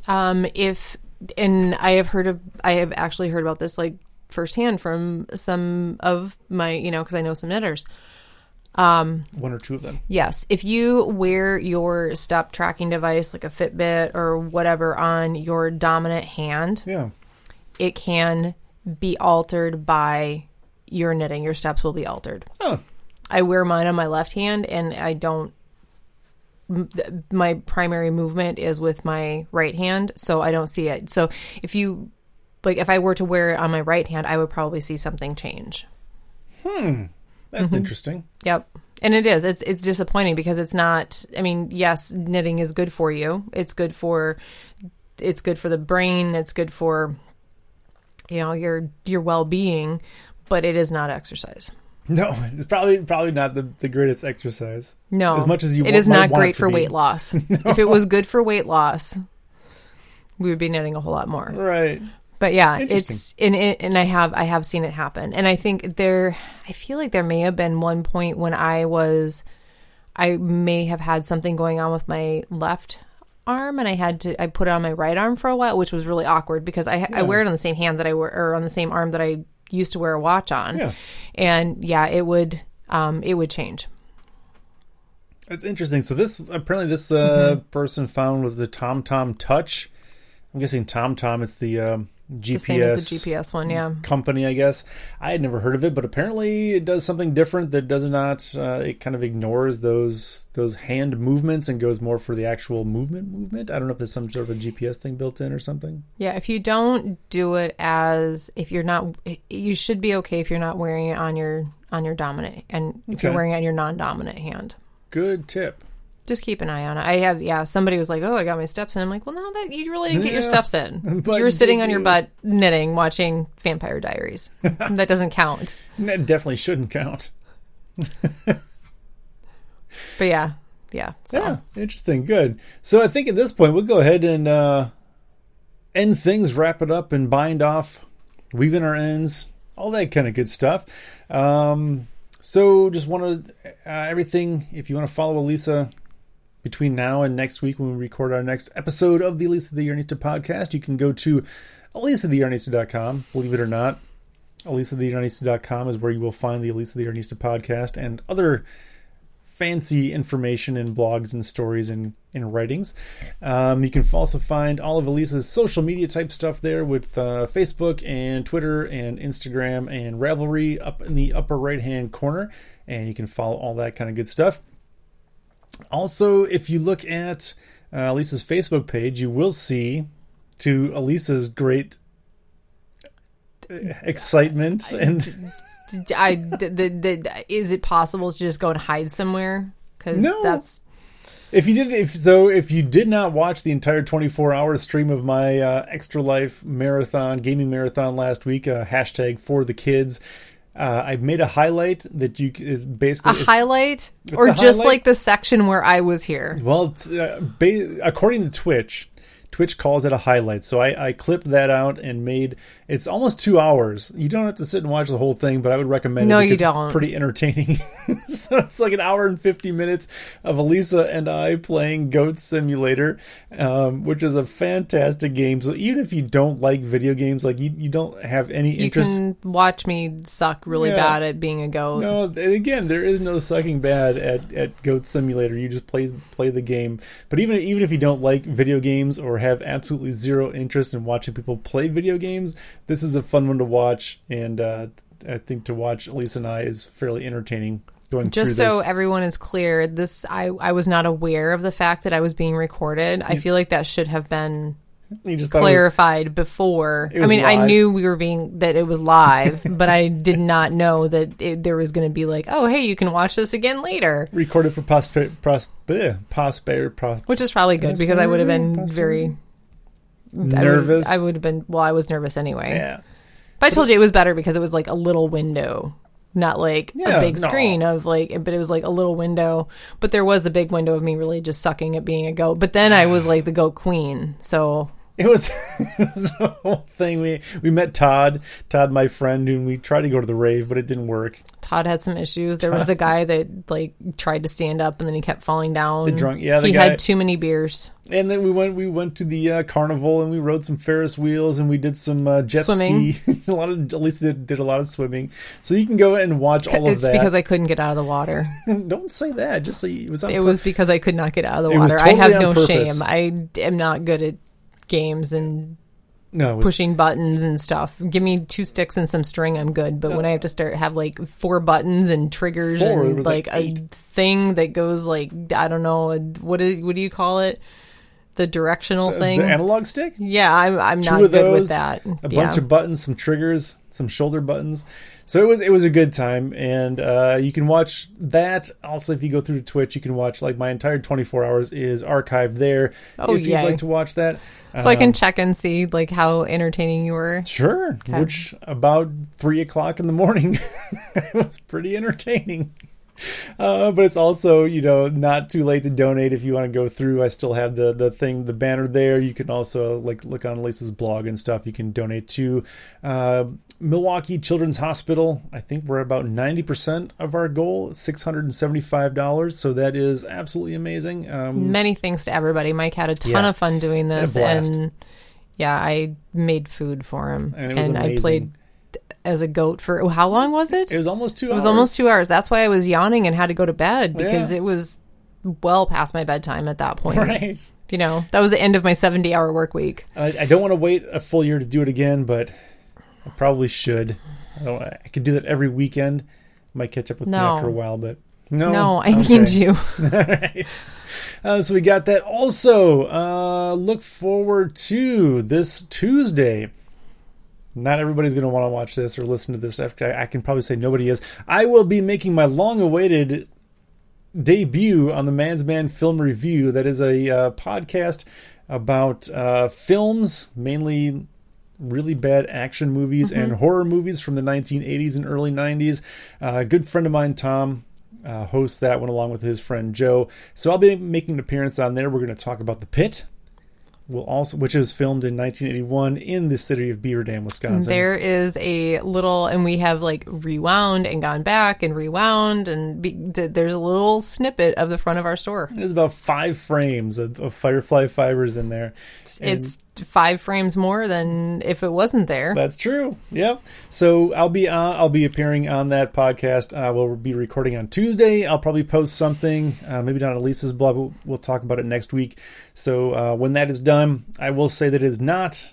[SPEAKER 2] Um, if and I have heard of I have actually heard about this like firsthand from some of my you know because I know some knitters.
[SPEAKER 1] One or two of them.
[SPEAKER 2] Yes, if you wear your step tracking device like a Fitbit or whatever on your dominant hand,
[SPEAKER 1] Yeah.
[SPEAKER 2] it can be altered by your knitting. Your steps will be altered.
[SPEAKER 1] Oh,
[SPEAKER 2] I wear mine on my left hand, and I don't. m- th- My primary movement is with my right hand, so I don't see it. So if you like, if I were to wear it on my right hand, I would probably see something change.
[SPEAKER 1] that's
[SPEAKER 2] Mm-hmm.
[SPEAKER 1] interesting.
[SPEAKER 2] Yep. And it is. It's it's disappointing because it's not I mean, yes, knitting is good for you. It's good for it's good for the brain, it's good for you know, your your well-being, but it is not exercise.
[SPEAKER 1] No, it's probably probably not the, the greatest exercise.
[SPEAKER 2] No,
[SPEAKER 1] As much as you
[SPEAKER 2] it
[SPEAKER 1] want-
[SPEAKER 2] is
[SPEAKER 1] might want
[SPEAKER 2] not
[SPEAKER 1] it
[SPEAKER 2] great
[SPEAKER 1] to
[SPEAKER 2] for
[SPEAKER 1] be.
[SPEAKER 2] weight loss. If it was good for weight loss, we would be knitting a whole lot more.
[SPEAKER 1] Right.
[SPEAKER 2] But yeah,
[SPEAKER 1] Interesting.
[SPEAKER 2] it's and it, and I have I have seen it happen, and I think there, I feel like there may have been one point when I was, I may have had something going on with my left arm and I had to I put it on my right arm for a while which was really awkward because I I wear it on the same hand that I wear or on the same arm that I used to wear a watch on.
[SPEAKER 1] Yeah.
[SPEAKER 2] And yeah, it would um it would change.
[SPEAKER 1] That's interesting. So this apparently this uh,
[SPEAKER 2] Mm-hmm.
[SPEAKER 1] person found was the Tom Tom Touch. I'm guessing Tom Tom. It's the um, GPS.
[SPEAKER 2] The same as the GPS one, yeah.
[SPEAKER 1] company, I guess. I had never heard of it, but apparently it does something different that does not. Uh, it kind of ignores those those hand movements and goes more for the actual movement movement. I don't know if there's some sort of a GPS thing built in or something.
[SPEAKER 2] Yeah, if you don't do it as if you're not, you should be okay if you're not wearing it on your on your dominant and if you're
[SPEAKER 1] Okay.
[SPEAKER 2] wearing it on your non-dominant hand.
[SPEAKER 1] Good tip.
[SPEAKER 2] Just keep an eye on it. I have, yeah. Somebody was like, "Oh, I got my steps in." I'm like, "Well, no, that you really didn't get your
[SPEAKER 1] Yeah.
[SPEAKER 2] steps in.
[SPEAKER 1] But
[SPEAKER 2] you were sitting on
[SPEAKER 1] did
[SPEAKER 2] your
[SPEAKER 1] you?"
[SPEAKER 2] butt knitting, watching Vampire Diaries. that doesn't count."
[SPEAKER 1] And that definitely shouldn't count.
[SPEAKER 2] But yeah, yeah. So.
[SPEAKER 1] Yeah, interesting. Good. So I think at this point we'll go ahead and uh, end things, wrap it up, and bind off, weave in our ends, all that kind of good stuff. Um, so, just want to uh, everything. If you want to follow Elisa between now and next week when we record our next episode of the Elisa the Yarnista podcast, you can go to elisatheyarnista.com. Believe it or not, elisatheyarnista.com is where you will find the Elisa the Yarnista podcast and other fancy information and blogs and stories and, and writings. Um, you can also find all of Elisa's social media type stuff there with uh, Facebook and Twitter and Instagram and Ravelry up in the upper right hand corner. And you can follow all that kind of good stuff. Also, if you look at uh, Elisa's Facebook page, you will see to Elisa's great uh, excitement and
[SPEAKER 2] D- I the, the, the, is it possible to just go and hide somewhere? Because
[SPEAKER 1] No.
[SPEAKER 2] that's
[SPEAKER 1] If you did, if so, if you did not watch the entire 24-hour stream of my uh, Extra Life marathon, gaming marathon last week, uh, hashtag for the kids, uh, I've made a highlight that you c- is
[SPEAKER 2] a
[SPEAKER 1] basically it's-
[SPEAKER 2] highlight, or
[SPEAKER 1] a
[SPEAKER 2] just
[SPEAKER 1] highlight.
[SPEAKER 2] like the section where I was here.
[SPEAKER 1] well, it's, uh, ba- according to Twitch, Twitch calls it a highlight. So I, I clipped that out and made it's almost two hours. You don't have to sit and watch the whole thing, but I would recommend.
[SPEAKER 2] No,
[SPEAKER 1] it
[SPEAKER 2] you
[SPEAKER 1] because it's
[SPEAKER 2] don't.
[SPEAKER 1] pretty entertaining. so it's like an hour and fifty minutes of Elisa and I playing Goat Simulator, um, which is a fantastic game. So even if you don't like video games, like you, you don't have any
[SPEAKER 2] You
[SPEAKER 1] interest.
[SPEAKER 2] can watch me suck really
[SPEAKER 1] Yeah.
[SPEAKER 2] bad at being a goat.
[SPEAKER 1] No, and again, there is no sucking bad at, at Goat Simulator. You just play play the game. But even even if you don't like video games or have absolutely zero interest in watching people play video games, this is a fun one to watch, and uh, I think to watch Elise and I is fairly entertaining. Going
[SPEAKER 2] Just
[SPEAKER 1] through
[SPEAKER 2] so
[SPEAKER 1] this.
[SPEAKER 2] everyone is clear, this I I was not aware of the fact that I was being recorded. I feel like that should have been
[SPEAKER 1] you just thought it Mm. was-
[SPEAKER 2] clarified before.
[SPEAKER 1] it
[SPEAKER 2] I
[SPEAKER 1] was
[SPEAKER 2] mean, I
[SPEAKER 1] live.
[SPEAKER 2] knew we were being that it was live, but I did not know that it, there was going to be like, oh, hey, you can watch this again later,
[SPEAKER 1] recorded for prosper pros, bleh, prosper, pros,
[SPEAKER 2] which is probably good because I would have been very I would-
[SPEAKER 1] nervous.
[SPEAKER 2] I would have been well, I was nervous anyway.
[SPEAKER 1] yeah.
[SPEAKER 2] But I told you it was better because it was like a little window, not like
[SPEAKER 1] Yeah,
[SPEAKER 2] a big
[SPEAKER 1] no.
[SPEAKER 2] screen of like. But it was like a little window. But there was the big window of me really just sucking at being a goat. But then I was like the goat queen. So
[SPEAKER 1] It was, it was a whole thing. We we met Todd, Todd, my friend, and we tried to go to the rave, but it didn't work.
[SPEAKER 2] Todd had some issues. There was the guy that like tried to stand up and then he kept falling down.
[SPEAKER 1] The drunk- yeah, the
[SPEAKER 2] he
[SPEAKER 1] guy-
[SPEAKER 2] had too many beers.
[SPEAKER 1] And then we went we went to the uh, carnival and we rode some Ferris wheels and we did some uh, jet
[SPEAKER 2] Swimming.
[SPEAKER 1] ski. a lot of at least did, did a lot of swimming. So you can go and watch all of
[SPEAKER 2] It's
[SPEAKER 1] that.
[SPEAKER 2] because I couldn't get out of the water.
[SPEAKER 1] Don't say that. Just say it was. On
[SPEAKER 2] It was because I could not get out of the
[SPEAKER 1] It was
[SPEAKER 2] water. I
[SPEAKER 1] totally
[SPEAKER 2] have
[SPEAKER 1] on
[SPEAKER 2] no
[SPEAKER 1] purpose.
[SPEAKER 2] shame. I am not good at games and
[SPEAKER 1] no. It was,
[SPEAKER 2] pushing buttons and stuff. Give me two sticks and some string, I'm good. But when I have to start have like four buttons and triggers
[SPEAKER 1] Four, it
[SPEAKER 2] and
[SPEAKER 1] was
[SPEAKER 2] like,
[SPEAKER 1] like
[SPEAKER 2] a
[SPEAKER 1] eight.
[SPEAKER 2] thing that goes like I don't know what do, what do you call it? The directional thing.
[SPEAKER 1] the analog stick.
[SPEAKER 2] yeah, I'm I'm
[SPEAKER 1] Two
[SPEAKER 2] not
[SPEAKER 1] of
[SPEAKER 2] good
[SPEAKER 1] those.
[SPEAKER 2] with that.
[SPEAKER 1] A
[SPEAKER 2] yeah.
[SPEAKER 1] bunch of buttons, some triggers, some shoulder buttons. So it was it was a good time, and uh, you can watch that. Also, if you go through to Twitch, you can watch like my entire 24 hours is archived there.
[SPEAKER 2] Oh,
[SPEAKER 1] if
[SPEAKER 2] yay.
[SPEAKER 1] you'd like to watch that.
[SPEAKER 2] so I
[SPEAKER 1] um,
[SPEAKER 2] can check and see like how entertaining you were.
[SPEAKER 1] Sure. Which about three o'clock in the morning it was pretty entertaining. Uh, but it's also, you know, not too late to donate if you want to go through. I still have the the thing, the banner there. You can also like look on Lisa's blog and stuff. You can donate to uh, Milwaukee Children's Hospital. I think we're about ninety percent of our goal, six hundred and seventy five dollars. So that is absolutely amazing. Um,
[SPEAKER 2] Many thanks to everybody. Mike had a ton
[SPEAKER 1] Yeah.
[SPEAKER 2] of fun doing this
[SPEAKER 1] blast.
[SPEAKER 2] and yeah, I made food for him
[SPEAKER 1] And it was
[SPEAKER 2] I played as a goat for how long was it?
[SPEAKER 1] it was almost two.
[SPEAKER 2] It was almost two hours. That's why I was yawning and had to go to bed because
[SPEAKER 1] Yeah.
[SPEAKER 2] it was well past my bedtime at that point.
[SPEAKER 1] Right.
[SPEAKER 2] You know, that was the end of my 70 hour work week.
[SPEAKER 1] I, I don't want to wait a full year to do it again, but I probably should. I, don't, I could do that every weekend. Might catch up with me
[SPEAKER 2] No.
[SPEAKER 1] after a while, but no,
[SPEAKER 2] No, I
[SPEAKER 1] Oh, Okay.
[SPEAKER 2] need you.
[SPEAKER 1] Uh, so we got that. Also, uh, look forward to this Tuesday. Not everybody's going to want to watch this or listen to this. I I can probably say nobody is. I will be making my long-awaited debut on the Man's Man Film Review. That is a uh, podcast about uh, films, mainly really bad action movies
[SPEAKER 2] Mm-hmm.
[SPEAKER 1] and horror movies from the 1980s and early 90s. Uh, a good friend of mine, Tom, uh, hosts that one along with his friend Joe. So I'll be making an appearance on there. We're going to talk about The Pit. will also, which was filmed in 1981 in the city of Beaver Dam, Wisconsin.
[SPEAKER 2] There is a little, and we have like rewound and gone back and rewound, and be, d- there's a little snippet of the front of our store.
[SPEAKER 1] There's about five frames of, of Firefly fibers in there. And-
[SPEAKER 2] It's five frames more than if it wasn't there.
[SPEAKER 1] That's true. Yep. So I'll be on. I'll be appearing on that podcast. I will be recording on Tuesday. I'll probably post something, uh, maybe not on Elisa's blog. But we'll talk about it next week. So uh, when that is done, I will say that it is not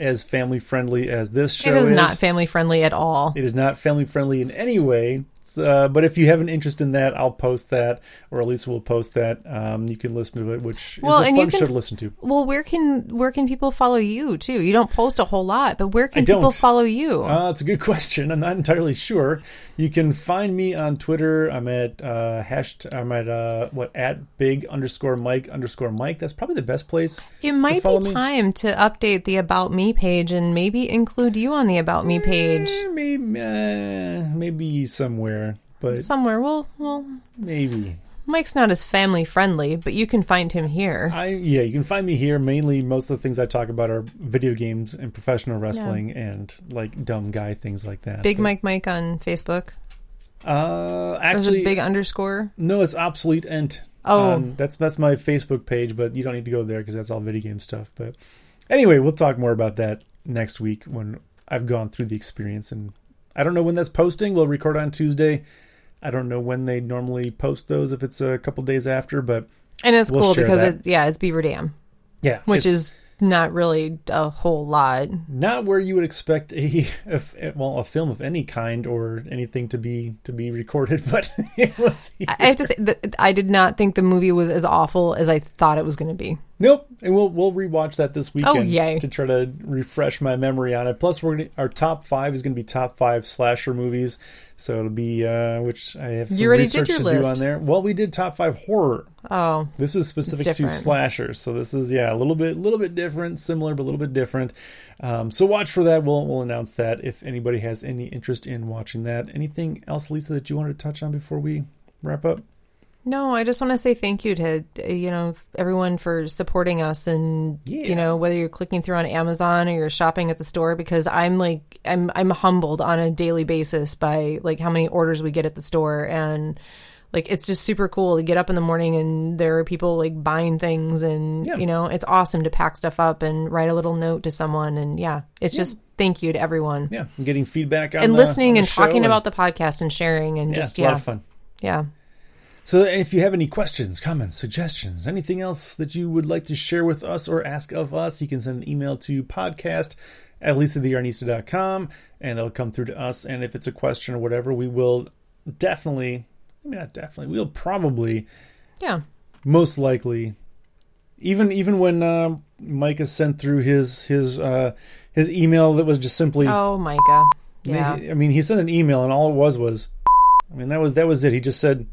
[SPEAKER 1] as family friendly as this show
[SPEAKER 2] it is, not family friendly at all.
[SPEAKER 1] it is not family friendly in any way. So, Uh, but if you have an interest in that, I'll post that, or Elisa will post that. Um, you can listen to it, which
[SPEAKER 2] Well,
[SPEAKER 1] is a
[SPEAKER 2] and
[SPEAKER 1] fun
[SPEAKER 2] you can-
[SPEAKER 1] show to listen to.
[SPEAKER 2] well, where can where can people follow you too? You don't post a whole lot, but where
[SPEAKER 1] I
[SPEAKER 2] can
[SPEAKER 1] don't.
[SPEAKER 2] people follow you?
[SPEAKER 1] Uh, that's a good question. I'm not entirely sure. You can find me on Twitter. I'm at uh, hashed. I'm at uh, what at big underscore Mike underscore Mike. That's probably the best place.
[SPEAKER 2] It might
[SPEAKER 1] follow
[SPEAKER 2] be
[SPEAKER 1] me.
[SPEAKER 2] time to update the About Me page and maybe include you on the About Me page
[SPEAKER 1] Eh, Maybe, uh, maybe somewhere, but
[SPEAKER 2] somewhere. Well, well,
[SPEAKER 1] maybe.
[SPEAKER 2] Mike's not as family friendly, but you can find him here.
[SPEAKER 1] I yeah. You can find me here. Mainly, most of the things I talk about are video games and professional wrestling and like dumb guy things like that.
[SPEAKER 2] Big
[SPEAKER 1] But,
[SPEAKER 2] Mike Mike on Facebook.
[SPEAKER 1] Uh,
[SPEAKER 2] There's
[SPEAKER 1] actually,
[SPEAKER 2] a big underscore.
[SPEAKER 1] No, it's obsolete ent.
[SPEAKER 2] Oh.
[SPEAKER 1] that's that's my Facebook page, but you don't need to go there because that's all video game stuff. But anyway, we'll talk more about that next week when I've gone through the experience, and I don't know when that's posting. We'll record on Tuesday. I don't know when they normally post those if it's a couple days after, but
[SPEAKER 2] And it's
[SPEAKER 1] We'll
[SPEAKER 2] cool
[SPEAKER 1] share
[SPEAKER 2] because
[SPEAKER 1] that.
[SPEAKER 2] it, yeah, it's Beaver Dam,
[SPEAKER 1] yeah, it's
[SPEAKER 2] which is not really a whole lot.
[SPEAKER 1] not where you would expect a, a f- well a film of any kind or anything to be to be recorded, but it was.
[SPEAKER 2] I I have to say that I did not think the movie was as awful as I thought it was going to be.
[SPEAKER 1] Nope, and we'll we'll rewatch that this weekend
[SPEAKER 2] Oh, yay.
[SPEAKER 1] to try to refresh my memory on it. Plus, we're gonna, our top five is going to be top five slasher movies, so it'll be uh, which I have some
[SPEAKER 2] You already did
[SPEAKER 1] research
[SPEAKER 2] your
[SPEAKER 1] to do
[SPEAKER 2] list.
[SPEAKER 1] on there. Well, we did top five horror.
[SPEAKER 2] Oh,
[SPEAKER 1] This is specific to
[SPEAKER 2] different.
[SPEAKER 1] slashers, so this is yeah a little bit little bit different, similar but a little bit different. Um, so watch for that. We'll we'll announce that if anybody has any interest in watching that. Anything else, Lisa, that you wanted to touch on before we wrap up?
[SPEAKER 2] No, I just want to say thank you to uh, you know everyone for supporting us and
[SPEAKER 1] Yeah.
[SPEAKER 2] you know whether you're clicking through on Amazon or you're shopping at the store because I'm like I'm I'm humbled on a daily basis by like how many orders we get at the store and like it's just super cool to get up in the morning and there are people like buying things and
[SPEAKER 1] Yeah.
[SPEAKER 2] you know it's awesome to pack stuff up and write a little note to someone and yeah it's just thank you to everyone
[SPEAKER 1] Yeah, I'm getting feedback on
[SPEAKER 2] and
[SPEAKER 1] the- on
[SPEAKER 2] listening
[SPEAKER 1] the
[SPEAKER 2] and
[SPEAKER 1] show and-
[SPEAKER 2] talking about the podcast and sharing and
[SPEAKER 1] yeah, it's
[SPEAKER 2] just
[SPEAKER 1] a lot
[SPEAKER 2] yeah
[SPEAKER 1] of fun.
[SPEAKER 2] yeah
[SPEAKER 1] So, if you have any questions, comments, suggestions, anything else that you would like to share with us or ask of us, you can send an email to podcast at lisathearnista.com and that'll come through to us. And if it's a question or whatever, we will definitely, I mean, not definitely, we'll probably,
[SPEAKER 2] yeah
[SPEAKER 1] most likely, even even when uh, Micah sent through his his uh, his email that was just simply
[SPEAKER 2] oh Micah yeah.
[SPEAKER 1] I mean, he sent an email, and all it was was, I mean, that was that was it. He just said,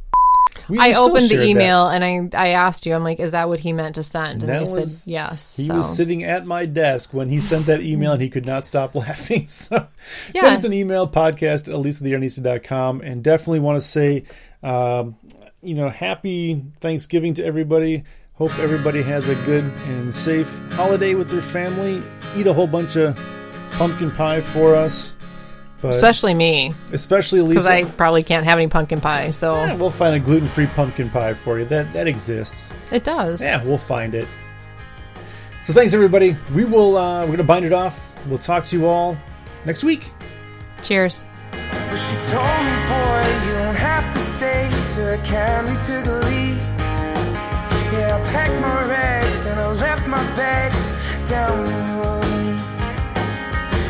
[SPEAKER 1] we
[SPEAKER 2] I
[SPEAKER 1] can still
[SPEAKER 2] opened
[SPEAKER 1] share
[SPEAKER 2] the
[SPEAKER 1] that.
[SPEAKER 2] email and I, I asked you, I'm like, is that what he meant to send? And
[SPEAKER 1] That
[SPEAKER 2] you
[SPEAKER 1] was-
[SPEAKER 2] said yes.
[SPEAKER 1] He
[SPEAKER 2] so.
[SPEAKER 1] was sitting at my desk when he sent that email, and he could not stop laughing. So,
[SPEAKER 2] Yeah.
[SPEAKER 1] send us an email, podcast at lisathearnista.com, and definitely want to say, um, you know, happy Thanksgiving to everybody. Hope everybody has a good and safe holiday with their family. Eat a whole bunch of pumpkin pie for us, but especially,
[SPEAKER 2] Especially me, because
[SPEAKER 1] Lisa.
[SPEAKER 2] I probably can't have any pumpkin pie. So
[SPEAKER 1] Yeah, we'll find a gluten-free pumpkin pie for you. That that exists.
[SPEAKER 2] it does.
[SPEAKER 1] Yeah, we'll find it. So thanks everybody. We will uh, we're gonna bind it off. We'll talk to you all next week.
[SPEAKER 2] Cheers.
[SPEAKER 4] But she told me, boy, you don't have to stay. So I kindly took a leave. Yeah, I packed my rags and I left my bags down in New Orleans.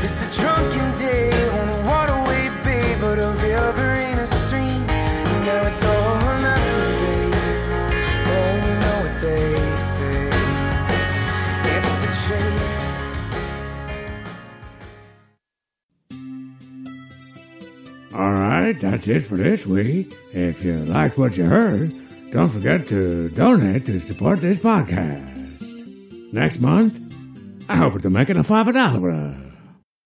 [SPEAKER 4] It's a drunken day on a waterway, babe, but a river ain't a stream. And now it's all or nothing, babe. Oh, you know what they say. It's the chase.
[SPEAKER 3] All right, that's it for this week. If you liked what you heard, don't forget to donate to support this podcast. Next month, I hope to make it a five dollar.